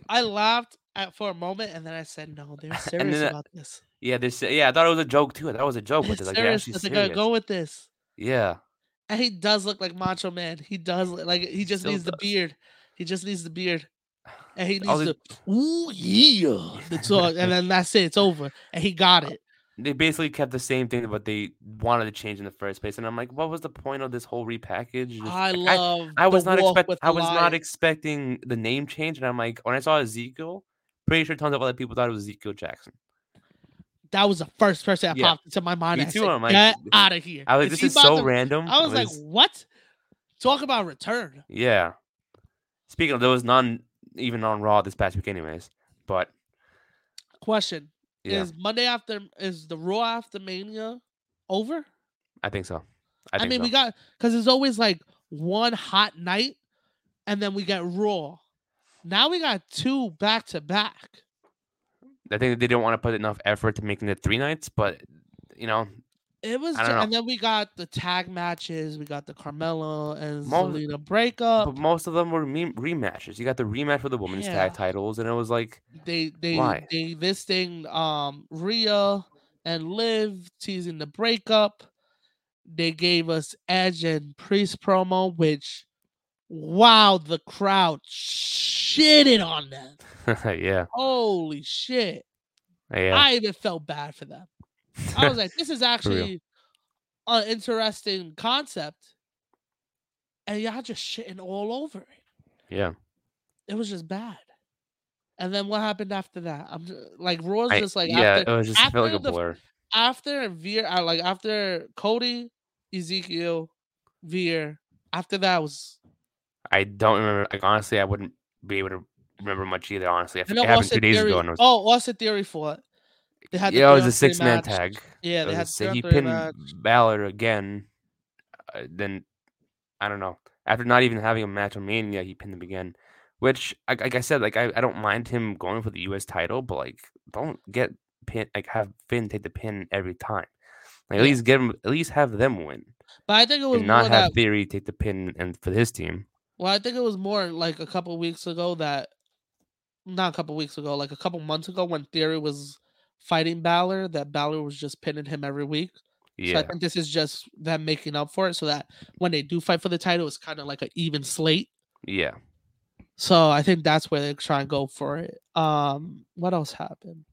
S2: I laughed at, for a moment, and then I said, no,
S1: *laughs*
S2: they're serious
S1: then, uh,
S2: about
S1: *laughs*
S2: this.
S1: Yeah, they said yeah. I thought it was a joke too. I thought it was a joke,
S2: They're
S1: but they're like they're
S2: serious,
S1: actually
S2: that they're gonna
S1: serious.
S2: go with this.
S1: Yeah,
S2: And he does look like Macho Man. He does look like he just
S1: Still
S2: needs the
S1: does.
S2: beard. He just needs
S1: *sighs*
S2: the beard. And he
S1: All
S2: needs the ooh yeah
S1: *laughs*
S2: the talk, and then that's it. It's over. And he got it.
S1: they basically kept the same thing, but they wanted to change in the first place. And I'm like, what was the point of this whole repackage? Just-
S2: I
S1: like,
S2: love.
S1: I was
S2: Ah, the
S1: not
S2: walk
S1: expecting.
S2: with
S1: I was not
S2: Elias.
S1: expecting the name change, and I'm like, when I saw Ezekiel, pretty sure tons of other people thought it was Ezekiel Jackson.
S2: that was the first person that
S1: Yeah.
S2: popped into my mind.
S1: Me
S2: I
S1: too,
S2: said,
S1: I'm like,
S2: get
S1: this-
S2: out of here.
S1: I was.
S2: Is
S1: This
S2: he
S1: is
S2: about
S1: so
S2: to-
S1: random.
S2: I was
S1: It
S2: like, what? Talk about return.
S1: yeah. Speaking of, there was none even on Raw this past week, anyways. But
S2: Question
S1: yeah,
S2: is Monday after is the Raw after Mania over?
S1: I think so. I,
S2: I,
S1: think
S2: mean,
S1: so.
S2: we got because it's always like one hot night, and then we get Raw. Now we got two back to back.
S1: I think they didn't want to put enough effort to making it three nights, but you know,
S2: It was,
S1: I
S2: ju-
S1: don't know.
S2: and then we got the tag matches. We got the Carmelo and
S1: Mo-
S2: Zelina breakup.
S1: but most of them were me- rematches. You got the rematch for the women's
S2: Yeah.
S1: tag titles, and it was like, *laughs*
S2: they they
S1: Why?
S2: they this thing um Rhea and Liv teasing the breakup. They gave us Edge and Priest promo, which wow, the crowd shitted on them.
S1: yeah,
S2: Holy shit.
S1: yeah,
S2: I even felt bad for them. I was like, this is
S1: real.
S2: actually an interesting concept. And y'all just shitting all over it
S1: *laughs* yeah.
S2: it was just bad. And then what happened after that? I'm just, like Raw's
S1: I-
S2: just like
S1: yeah,
S2: after
S1: it was just it felt like
S2: after
S1: a
S2: the-
S1: blur.
S2: after Veer, uh, like after Cody, Ezekiel, Veer. After that was
S1: I don't remember. Like honestly, I wouldn't be able to remember much either. Honestly, I
S2: I
S1: think
S2: know
S1: it happened
S2: Austin
S1: two days
S2: Theory.
S1: ago, and it was,
S2: oh, Austin Theory fought. They had the
S1: yeah, it was a
S2: three on three
S1: six man
S2: match.
S1: tag.
S2: Yeah,
S1: It
S2: they
S1: was a
S2: had
S1: si-
S2: the three
S1: he
S2: on three
S1: pinned
S2: match.
S1: Balor again. Uh, then I don't know. After not even having a match on Mania, he pinned him again. Which, like, like I said, like I, I don't mind him going for the U.S. title, but like don't get pin like have Finn take the pin every time. Like,
S2: Yeah.
S1: at least get him. At least have them win,
S2: But I think it was
S1: and
S2: more
S1: not have
S2: that.
S1: Theory take the pin and for his team.
S2: Well, I think it was more like a couple weeks ago that, not a couple weeks ago, like a couple months ago when Theory was fighting Balor, that Balor was just pinning him every week. So
S1: Yeah,
S2: I think this is just them making up for it so that when they do fight for the title, it's kind of like an even slate.
S1: yeah.
S2: So I think that's where they try and go for it. Um, what else happened?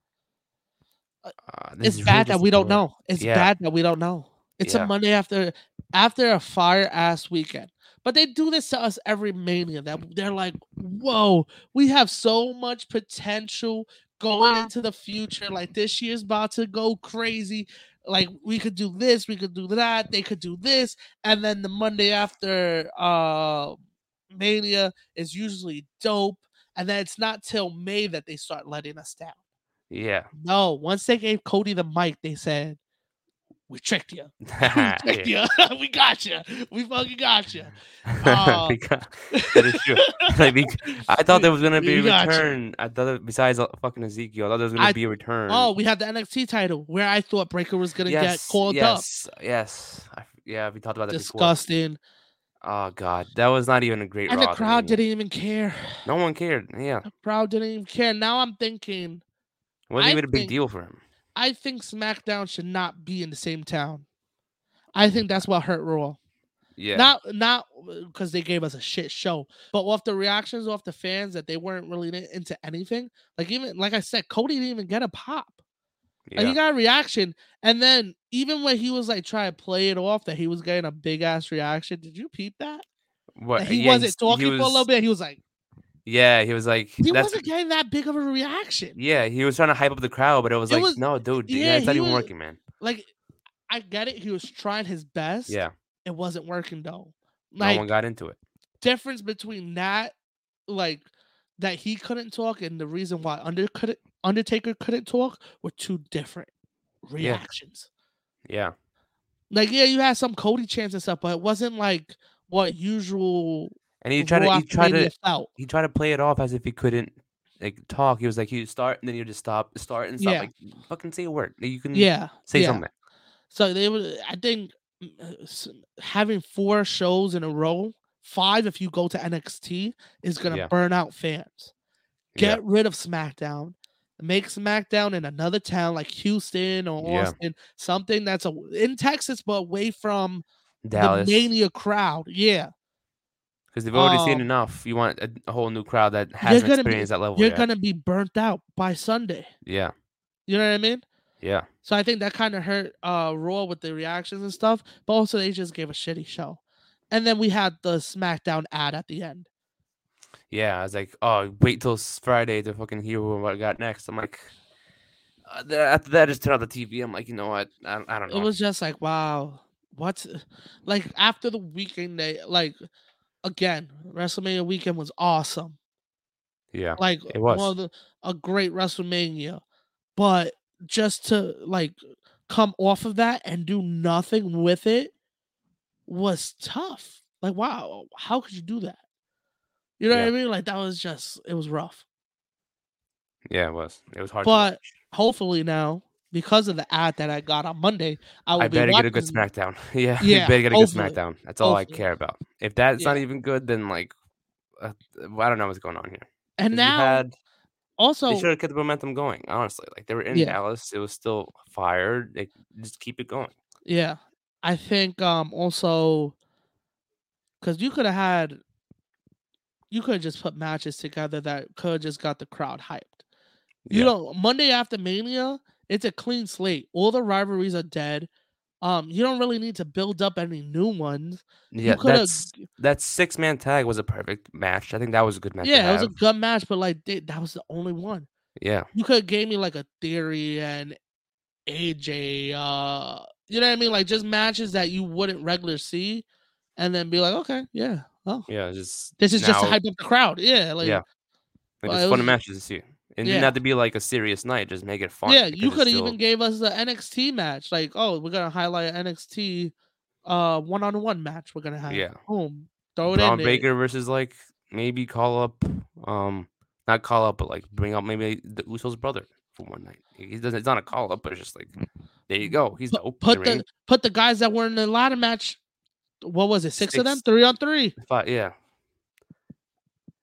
S1: Uh, this
S2: It's
S1: is really
S2: bad that
S1: just
S2: we
S1: a
S2: don't
S1: blur.
S2: know. It's
S1: Yeah.
S2: bad that we don't know. It's
S1: Yeah.
S2: a Monday after after a fire ass weekend. But they do this to us every mania that they're like, whoa, we have so much potential going into the future. Like this year's about to go crazy. Like we could do this, we could do that, they could do this. And then the Monday after uh mania is usually dope. And then it's not till May that they start letting us down. *laughs*
S1: Yeah. *laughs*
S2: No, once they gave Cody the mic, they said, "We tricked you. *laughs* We tricked
S1: Ah, Yeah.
S2: you. *laughs* we got you. We fucking got you."
S1: *laughs*
S2: Uh,
S1: Because- that is
S2: *laughs*
S1: true. Like, bec- I thought there was gonna be a
S2: We got you.
S1: return. I thought that besides uh, fucking Ezekiel, I thought there was gonna
S2: I-
S1: be a return.
S2: Oh, we had the NXT title where I thought Breaker was gonna
S1: yes,
S2: get called up.
S1: yes, yes. I f yeah, we talked about that
S2: Disgusting.
S1: before. Oh god, that was not even a great.
S2: And
S1: Raw
S2: the
S1: to
S2: crowd
S1: me.
S2: didn't even care. *sighs*
S1: No one cared. Yeah,
S2: The crowd didn't even care. Now I'm thinking,
S1: wasn't
S2: I
S1: even a big
S2: think-
S1: deal for him.
S2: I think SmackDown should not be in the same town. I think that's what hurt Raw.
S1: Yeah,
S2: Not not because they gave us a shit show, but off the reactions off the fans that they weren't really in- into anything. Like even like I said, Cody didn't even get a pop.
S1: yeah.
S2: Like he got a reaction. And then even when he was like trying to play it off that he was getting a big ass reaction, did you peep that?
S1: What-
S2: That he
S1: uh, yeah,
S2: wasn't
S1: he's-
S2: talking
S1: he
S2: for a little
S1: was-
S2: bit. He was like,
S1: Yeah, he was like.
S2: he
S1: that's,
S2: wasn't getting that big of a reaction.
S1: Yeah, he was trying to hype up the crowd, but it was
S2: It
S1: like,
S2: was-
S1: no, dude,
S2: yeah,
S1: yeah, it's not
S2: he
S1: even
S2: was-
S1: working, man.
S2: Like, I get it. He was trying his best.
S1: Yeah,
S2: It wasn't working though.
S1: no
S2: Like,
S1: one got into it.
S2: difference between that, like, that he couldn't talk and the reason why Under couldn't, Undertaker couldn't talk were two different reactions.
S1: Yeah,
S2: Like, yeah, you had some Cody chance and stuff, but it wasn't like what usual
S1: and he tried to,
S2: Raw
S1: he tried to,
S2: Mania felt.
S1: he tried to play it off as if he couldn't like talk. He was like, he start and then you just stop, start and stop.
S2: Yeah.
S1: Like, fucking say a word. Like, You can
S2: Yeah.
S1: say
S2: yeah.
S1: something.
S2: So they would, I think, mm, uh, s- having four shows in a row, five if you go to NXT, is going to
S1: Yeah.
S2: burn out fans.
S1: Yeah.
S2: Get rid of SmackDown. Make SmackDown in another town like Houston or
S1: Yeah.
S2: Austin, something that's a, in Texas but away from
S1: Dallas,
S2: the mania crowd. Yeah,
S1: because they've already seen
S2: um,
S1: enough. You want a, a whole new crowd that hasn't
S2: gonna be-
S1: experienced that level
S2: you're
S1: yet.
S2: gonna be burnt out by Sunday.
S1: yeah,
S2: You know what I mean?
S1: yeah,
S2: So I think that kind of hurt uh Raw with the reactions and stuff, but also they just gave a shitty show. And then we had the SmackDown ad at the end.
S1: yeah. I was like, oh, wait till s- Friday to fucking hear what I got next. I'm like. Uh, th- after that, I just turn on the TV. I'm like, you know what? I, I don't know.
S2: It was just like, wow, what's like after the weekend they like again, WrestleMania weekend was awesome.
S1: yeah,
S2: Like
S1: it was.
S2: one of the- a great WrestleMania. But just to like come off of that and do nothing with it was tough. Like, wow, how could you do that? You know what I mean? Like that was just it was rough.
S1: yeah, it was. It was hard. to
S2: But
S1: watch.
S2: hopefully now, because of the ad that I got on Monday, I will
S1: I
S2: be
S1: better get a
S2: watching.
S1: good SmackDown. *laughs* Yeah, you
S2: Yeah,
S1: better get a
S2: hopefully.
S1: good SmackDown. That's all
S2: Hopefully.
S1: I care about. If that's not even good, then like, uh, I don't know what's going on here. 'Cause
S2: And
S1: you
S2: now
S1: had, they should
S2: also
S1: have kept the momentum going. Honestly, like they were in
S2: Yeah.
S1: Dallas, it was still fired. They just keep it going.
S2: yeah, I think um also because you could have had you could have just put matches together that could have just got the crowd hyped. You
S1: Yeah.
S2: know, Monday after Mania, it's a clean slate. All the rivalries are dead. Um, you don't really need to build up any new ones.
S1: Yeah,
S2: you coulda-
S1: that's that six man tag was a perfect match. I think that was a good match. to
S2: yeah, it was a
S1: have.
S2: good match, but like they, that was the only one.
S1: yeah,
S2: you could have gave me like a theory and AJ, uh, you know what I mean? Like just matches that you wouldn't regular see, and then be like, okay, yeah, oh,
S1: yeah. it's Just
S2: this is just to
S1: Now-
S2: hype up the crowd. Yeah, like
S1: Yeah,
S2: yeah,
S1: like,
S2: Well,
S1: it's
S2: it
S1: fun
S2: was-
S1: matches to see. And
S2: Yeah.
S1: didn't have to be like a serious night. Just make it fun. because
S2: you
S1: it's
S2: could have
S1: still-
S2: even gave us the NXT match. Like, oh, we're gonna highlight NXT, uh, one on one match. We're gonna have.
S1: Yeah.
S2: boom, throw it
S1: Braun
S2: in. there.
S1: Baker versus like maybe call up, um, not call up, but like bring up maybe the Usos brother for one night. He doesn't. It's not a call up, but it's just like there you go. He's
S2: Put-
S1: dope. in
S2: Put
S1: the
S2: the
S1: ring.
S2: put the guys that were in the ladder match. What was it? Six, of them,
S1: Six.
S2: three on three.
S1: But yeah.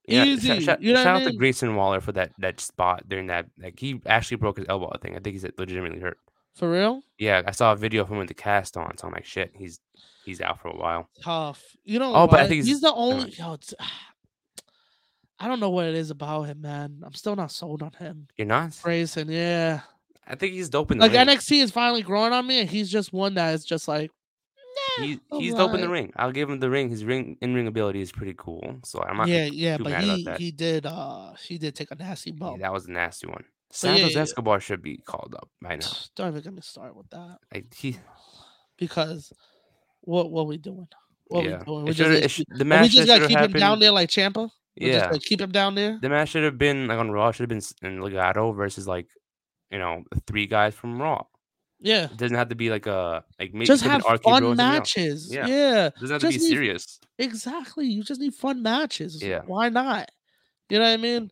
S1: Yeah, sh-
S2: Easy,
S1: shout-
S2: you know what I
S1: shout out to
S2: mean?
S1: Grayson Waller for that that spot during that. Like he actually broke his elbow. I think. I think he's legitimately hurt.
S2: For real,
S1: Yeah, I saw a video of him with the cast on. So I'm like, shit, he's he's out for a while.
S2: tough. You know,
S1: Oh, but I
S2: what?
S1: think
S2: he's,
S1: he's-
S2: the only. Yo, it's, *sighs* I don't know what it is about him, man. I'm still not sold on him.
S1: You're not.
S2: Grayson, yeah.
S1: I think he's dope in the
S2: Like
S1: ring.
S2: NXT is finally growing on me, and he's just one that is just like, nah,
S1: He,
S2: all
S1: he's dope in the
S2: right.
S1: ring. I'll give him the ring. His ring in ring ability is pretty cool. So I'm not
S2: yeah, yeah,
S1: too
S2: but
S1: mad about
S2: he
S1: that.
S2: he did uh he did take a nasty
S1: Yeah,
S2: bump.
S1: that was a nasty one.
S2: But yeah,
S1: Santos
S2: yeah.
S1: Escobar should be called up right now.
S2: Don't even get me started with that
S1: Like he,
S2: because what what we doing? What
S1: yeah.
S2: we doing?
S1: It shoulda-
S2: We just,
S1: it
S2: gotta
S1: should-
S2: keep-
S1: the
S2: we
S1: match
S2: just
S1: that should
S2: gotta
S1: have
S2: keep him
S1: happened.
S2: down there like Champa.
S1: yeah,
S2: just, like, keep him down there.
S1: the match should have been like on Raw. Should have been s- in Legato versus like you know three guys from Raw.
S2: Yeah.
S1: It doesn't have to be like a like maybe
S2: Just
S1: it could be RK-Bro
S2: have
S1: or
S2: fun
S1: something else.
S2: matches.
S1: Yeah.
S2: Yeah.
S1: It doesn't have to be
S2: Just need-
S1: serious.
S2: Exactly. You just need fun matches.
S1: Yeah.
S2: Why not? You know what I mean?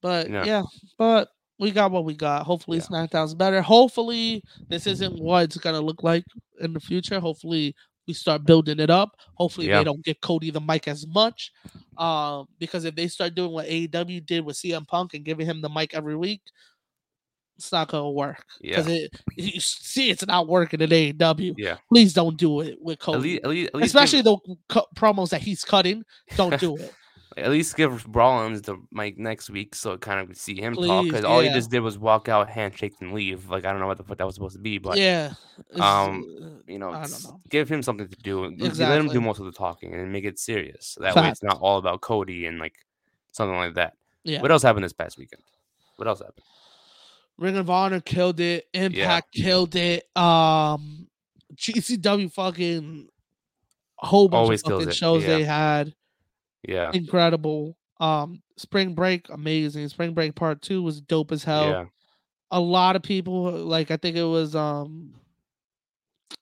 S2: But
S1: Yeah.
S2: yeah, but we got what we got. Hopefully SmackDown's better. Hopefully this isn't what it's gonna look like in the future. Hopefully we start building it up. Hopefully
S1: Yeah.
S2: they don't get Cody the mic as much. Um, because if they start doing what AEW did with CM Punk and giving him the mic every week, it's not gonna work.
S1: Yeah.
S2: Because it you see it's not working at AEW.
S1: yeah.
S2: Please don't do it with Cody
S1: At least, at least, at least give-
S2: oh, especially the cu- promos that he's cutting. Don't
S1: *laughs*
S2: do it.
S1: at least give Rollins the mic next week so it kind of see him talk
S2: Please,
S1: because all he
S2: yeah.
S1: just did was walk out, handshake, and leave. Like I don't know what the fuck that was supposed to be, but
S2: yeah. it's- uh,
S1: um, you know,
S2: I don't
S1: s-
S2: know.
S1: give him something to do. and just Let him do
S2: Exactly.
S1: most of the talking and make it serious. That way, it's not all about Cody and like something like that.
S2: Yeah.
S1: What else happened this past weekend? What else happened?
S2: Ring of Honor killed it. Impact killed it. Um, GCW fucking whole bunch
S1: Always
S2: of
S1: kills
S2: fucking
S1: it,
S2: shows
S1: yeah.
S2: they had.
S1: Yeah.
S2: Incredible. Um, Spring Break amazing. Spring Break Part Two was dope as hell.
S1: Yeah.
S2: A lot of people uh, like I think it was um.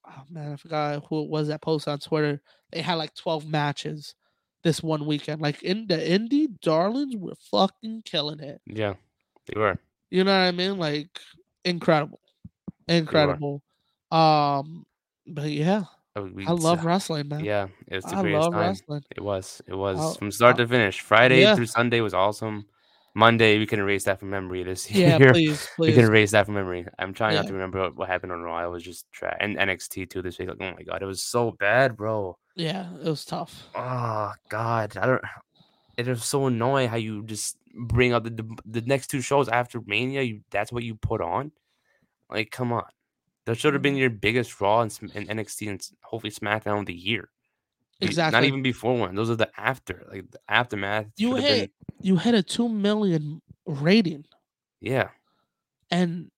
S2: Oh man, I forgot who it was that posted on Twitter. They had like twelve matches this one weekend. Like in the indie darlings were fucking killing it.
S1: Yeah. They were.
S2: You know what I mean? Like incredible, incredible. Um, but yeah,
S1: Uh, we
S2: I love
S1: s-
S2: wrestling, man.
S1: Yeah, it was the
S2: I
S1: greatest
S2: love
S1: time.
S2: wrestling.
S1: *laughs* It was. It was
S2: I'll-
S1: from start to finish. Friday
S2: Yeah.
S1: through Sunday was awesome. Monday, we can erase that from memory this *laughs*
S2: Yeah,
S1: year.
S2: please,
S1: we
S2: please.
S1: can erase that from memory. I'm trying not
S2: Yeah.
S1: to remember what, what happened on Raw. I was just trash. And NXT too this week. Like, oh my god, it was so bad, bro.
S2: Yeah, it was tough.
S1: Oh god, I don't. It is so annoying how you just bring up the the next two shows after Mania. You that's what you put on. Like, come on, that should have
S2: Mm.
S1: been your biggest Raw and, Sm- and NXT and s- hopefully SmackDown of the year. Y-
S2: Exactly.
S1: Not even before one. Those are the after, like the aftermath.
S2: you
S1: should've
S2: hit you hit a two million rating,
S1: been- yeah,
S2: and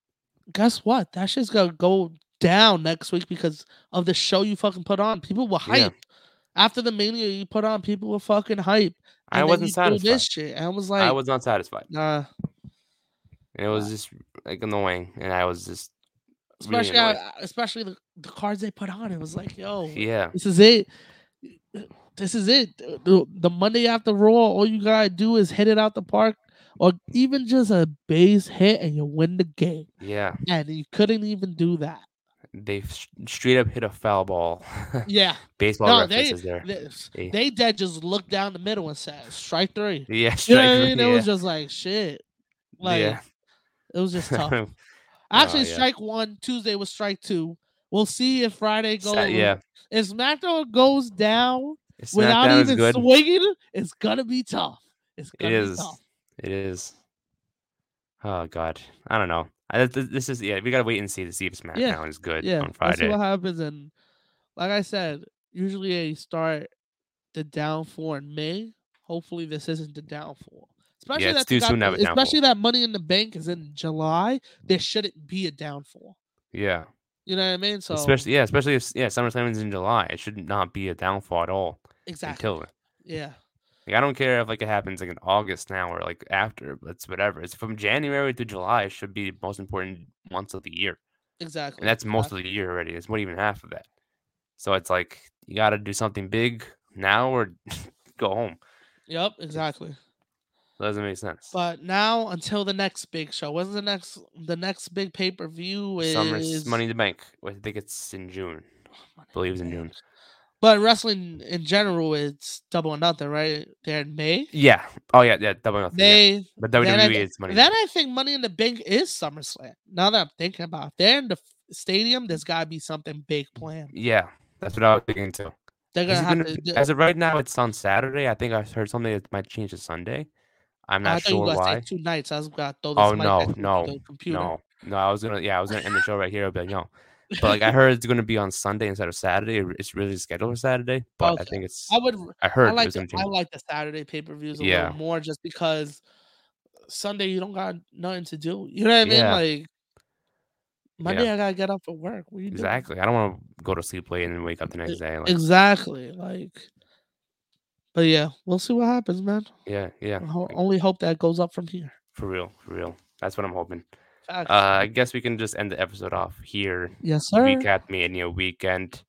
S2: guess what? That shit's gonna go down next week because of the show you fucking put on. People were
S1: Yeah.
S2: hype after the mania you put on. People were fucking hype.
S1: I
S2: and then
S1: wasn't
S2: you do
S1: satisfied.
S2: This shit, and I was like,
S1: I was not satisfied,
S2: nah.
S1: and it was just like annoying, and I was just really
S2: Especially,
S1: annoyed.
S2: uh, especially the, the cards they put on. It was like, yo,
S1: yeah,
S2: this is it. This is it. The- The, the Monday after Raw, all you gotta do is hit it out the park, or even just a base hit, and you win the game.
S1: yeah.
S2: And you couldn't even do that.
S1: They s- straight up hit a foul ball. *laughs*
S2: Yeah,
S1: Baseball
S2: No, they-
S1: references there.
S2: they,
S1: Yeah.
S2: they dead just looked down the middle and said, "Strike three.
S1: Yeah, *laughs*
S2: You know
S1: strike
S2: what I
S1: three,
S2: mean? It was just like shit. Like
S1: yeah. Oh,
S2: it was
S1: *laughs*
S2: just tough. Actually,
S1: yeah.
S2: strike one. Tuesday was strike two. We'll see if Friday goes.
S1: Sa- yeah.
S2: If SmackDown goes down
S1: It's
S2: without
S1: SmackDown is
S2: even
S1: good.
S2: swinging, it's gonna be tough. It's
S1: It
S2: gonna be
S1: is.
S2: tough.
S1: It is. Oh god, I don't know. I, th- th- this is yeah. We gotta wait and see to see if SmackDown is good
S2: Yeah,
S1: on
S2: Let's see
S1: Friday.
S2: what happens. And like I said, usually they start the downfall in May. Hopefully, this isn't the downfall. Especially
S1: it's
S2: that they
S1: too soon to have a downfall.
S2: Especially that Money in the Bank is in July. There shouldn't be a downfall.
S1: Yeah,
S2: You know what I mean? So
S1: especially yeah, especially if yeah, SummerSlam is in July. It should not be a downfall at all
S2: exactly.
S1: until then.
S2: yeah.
S1: Like I don't care if like it happens like in August now or like after. but It's whatever. It's from January to July. It should be the most important months of the year,
S2: Exactly.
S1: and that's most of the year already. It's not even half of that. So it's like you gotta do something big now or *laughs* go home.
S2: Yep. Exactly.
S1: Doesn't make sense.
S2: But now until the next big show. When's the next the next big pay per view is
S1: Summer's Money in the Bank. I think it's in June.
S2: *sighs* Money in
S1: believe it's
S2: the
S1: in June.
S2: Bank. But wrestling in general, it's double or nothing, right? They're in May.
S1: Yeah. Oh yeah. Yeah. Double or nothing. yeah.
S2: May.
S1: But
S2: then I
S1: WWE
S2: th-
S1: is Money. in the
S2: Then
S1: Bank.
S2: I think Money in the Bank is SummerSlam. Now that I'm thinking about it, they're in the f- stadium, there's got to be something big
S1: Mm.
S2: planned.
S1: yeah. That's what I was thinking too.
S2: They're
S1: Is
S2: gonna
S1: it
S2: have
S1: gonna
S2: to.
S1: be-
S2: do-
S1: as of right now, it's on Saturday. I think I heard something that might change to Sunday. I'm
S2: I
S1: not
S2: thought you
S1: sure
S2: were gonna
S1: why.
S2: say two nights. I was gonna throw this
S1: Oh,
S2: mic
S1: no,
S2: at you with
S1: no,
S2: the computer.
S1: No, no, I was gonna. Yeah, I was gonna end the show right here, but no. But like
S2: *laughs*
S1: I heard it's gonna be on Sunday instead of Saturday. It- It's really scheduled for Saturday, but I
S2: Okay.
S1: think it's.
S2: I would.
S1: I
S2: I
S1: heard it
S2: like.
S1: was
S2: The,
S1: gonna
S2: I
S1: change.
S2: like the Saturday pay per views a
S1: Yeah.
S2: little more, just because Sunday you don't got nothing to do. You know what I mean?
S1: Yeah.
S2: Like Monday, I gotta get up for work. What you doing?
S1: Exactly. I don't want to go to sleep late and then wake up the
S2: E,
S1: next day. Like,
S2: Exactly. Like. But yeah, we'll see what happens, man.
S1: yeah, yeah.
S2: I ho- only hope that goes up from here. *laughs*
S1: For real, for real. That's what I'm hoping.
S2: Facts.
S1: Uh, I guess we can just end the episode off here.
S2: yes,
S1: Week
S2: sir.
S1: Recap me and your weekend.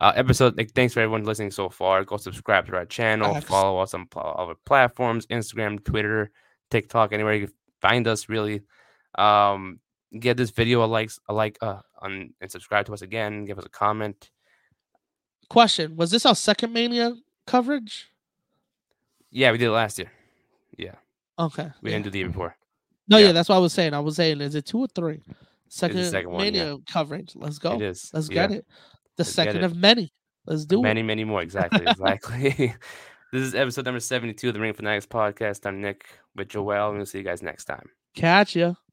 S1: Uh, episode. Like, thanks for everyone listening so far. Go subscribe to our channel.
S2: Facts.
S1: Follow us on pl- all our platforms: Instagram, Twitter, TikTok, anywhere you can find us. Really, um, give this video a like, a like, uh, on, and subscribe to us again. Give us a comment.
S2: Question: Was this our second mania coverage?
S1: Yeah, we did it last year. Yeah, we
S2: Okay. yeah. Mm-hmm.
S1: didn't do the year before.
S2: No, yeah.
S1: yeah.
S2: that's what I was saying. I was saying, is it two or three? Second,
S1: second one, yeah.
S2: mania coverage. Let's go.
S1: It is.
S2: Let's
S1: yeah.
S2: get it. The
S1: Let's get
S2: second
S1: it.
S2: of many. Let's do
S1: many,
S2: it.
S1: many more.
S2: *laughs*
S1: Exactly, exactly. *laughs* this is
S2: Mm-hmm.
S1: episode number seventy-two of the Ring Fanatics podcast. I'm Nick with Joel, and we'll see you guys next time.
S2: Catch ya.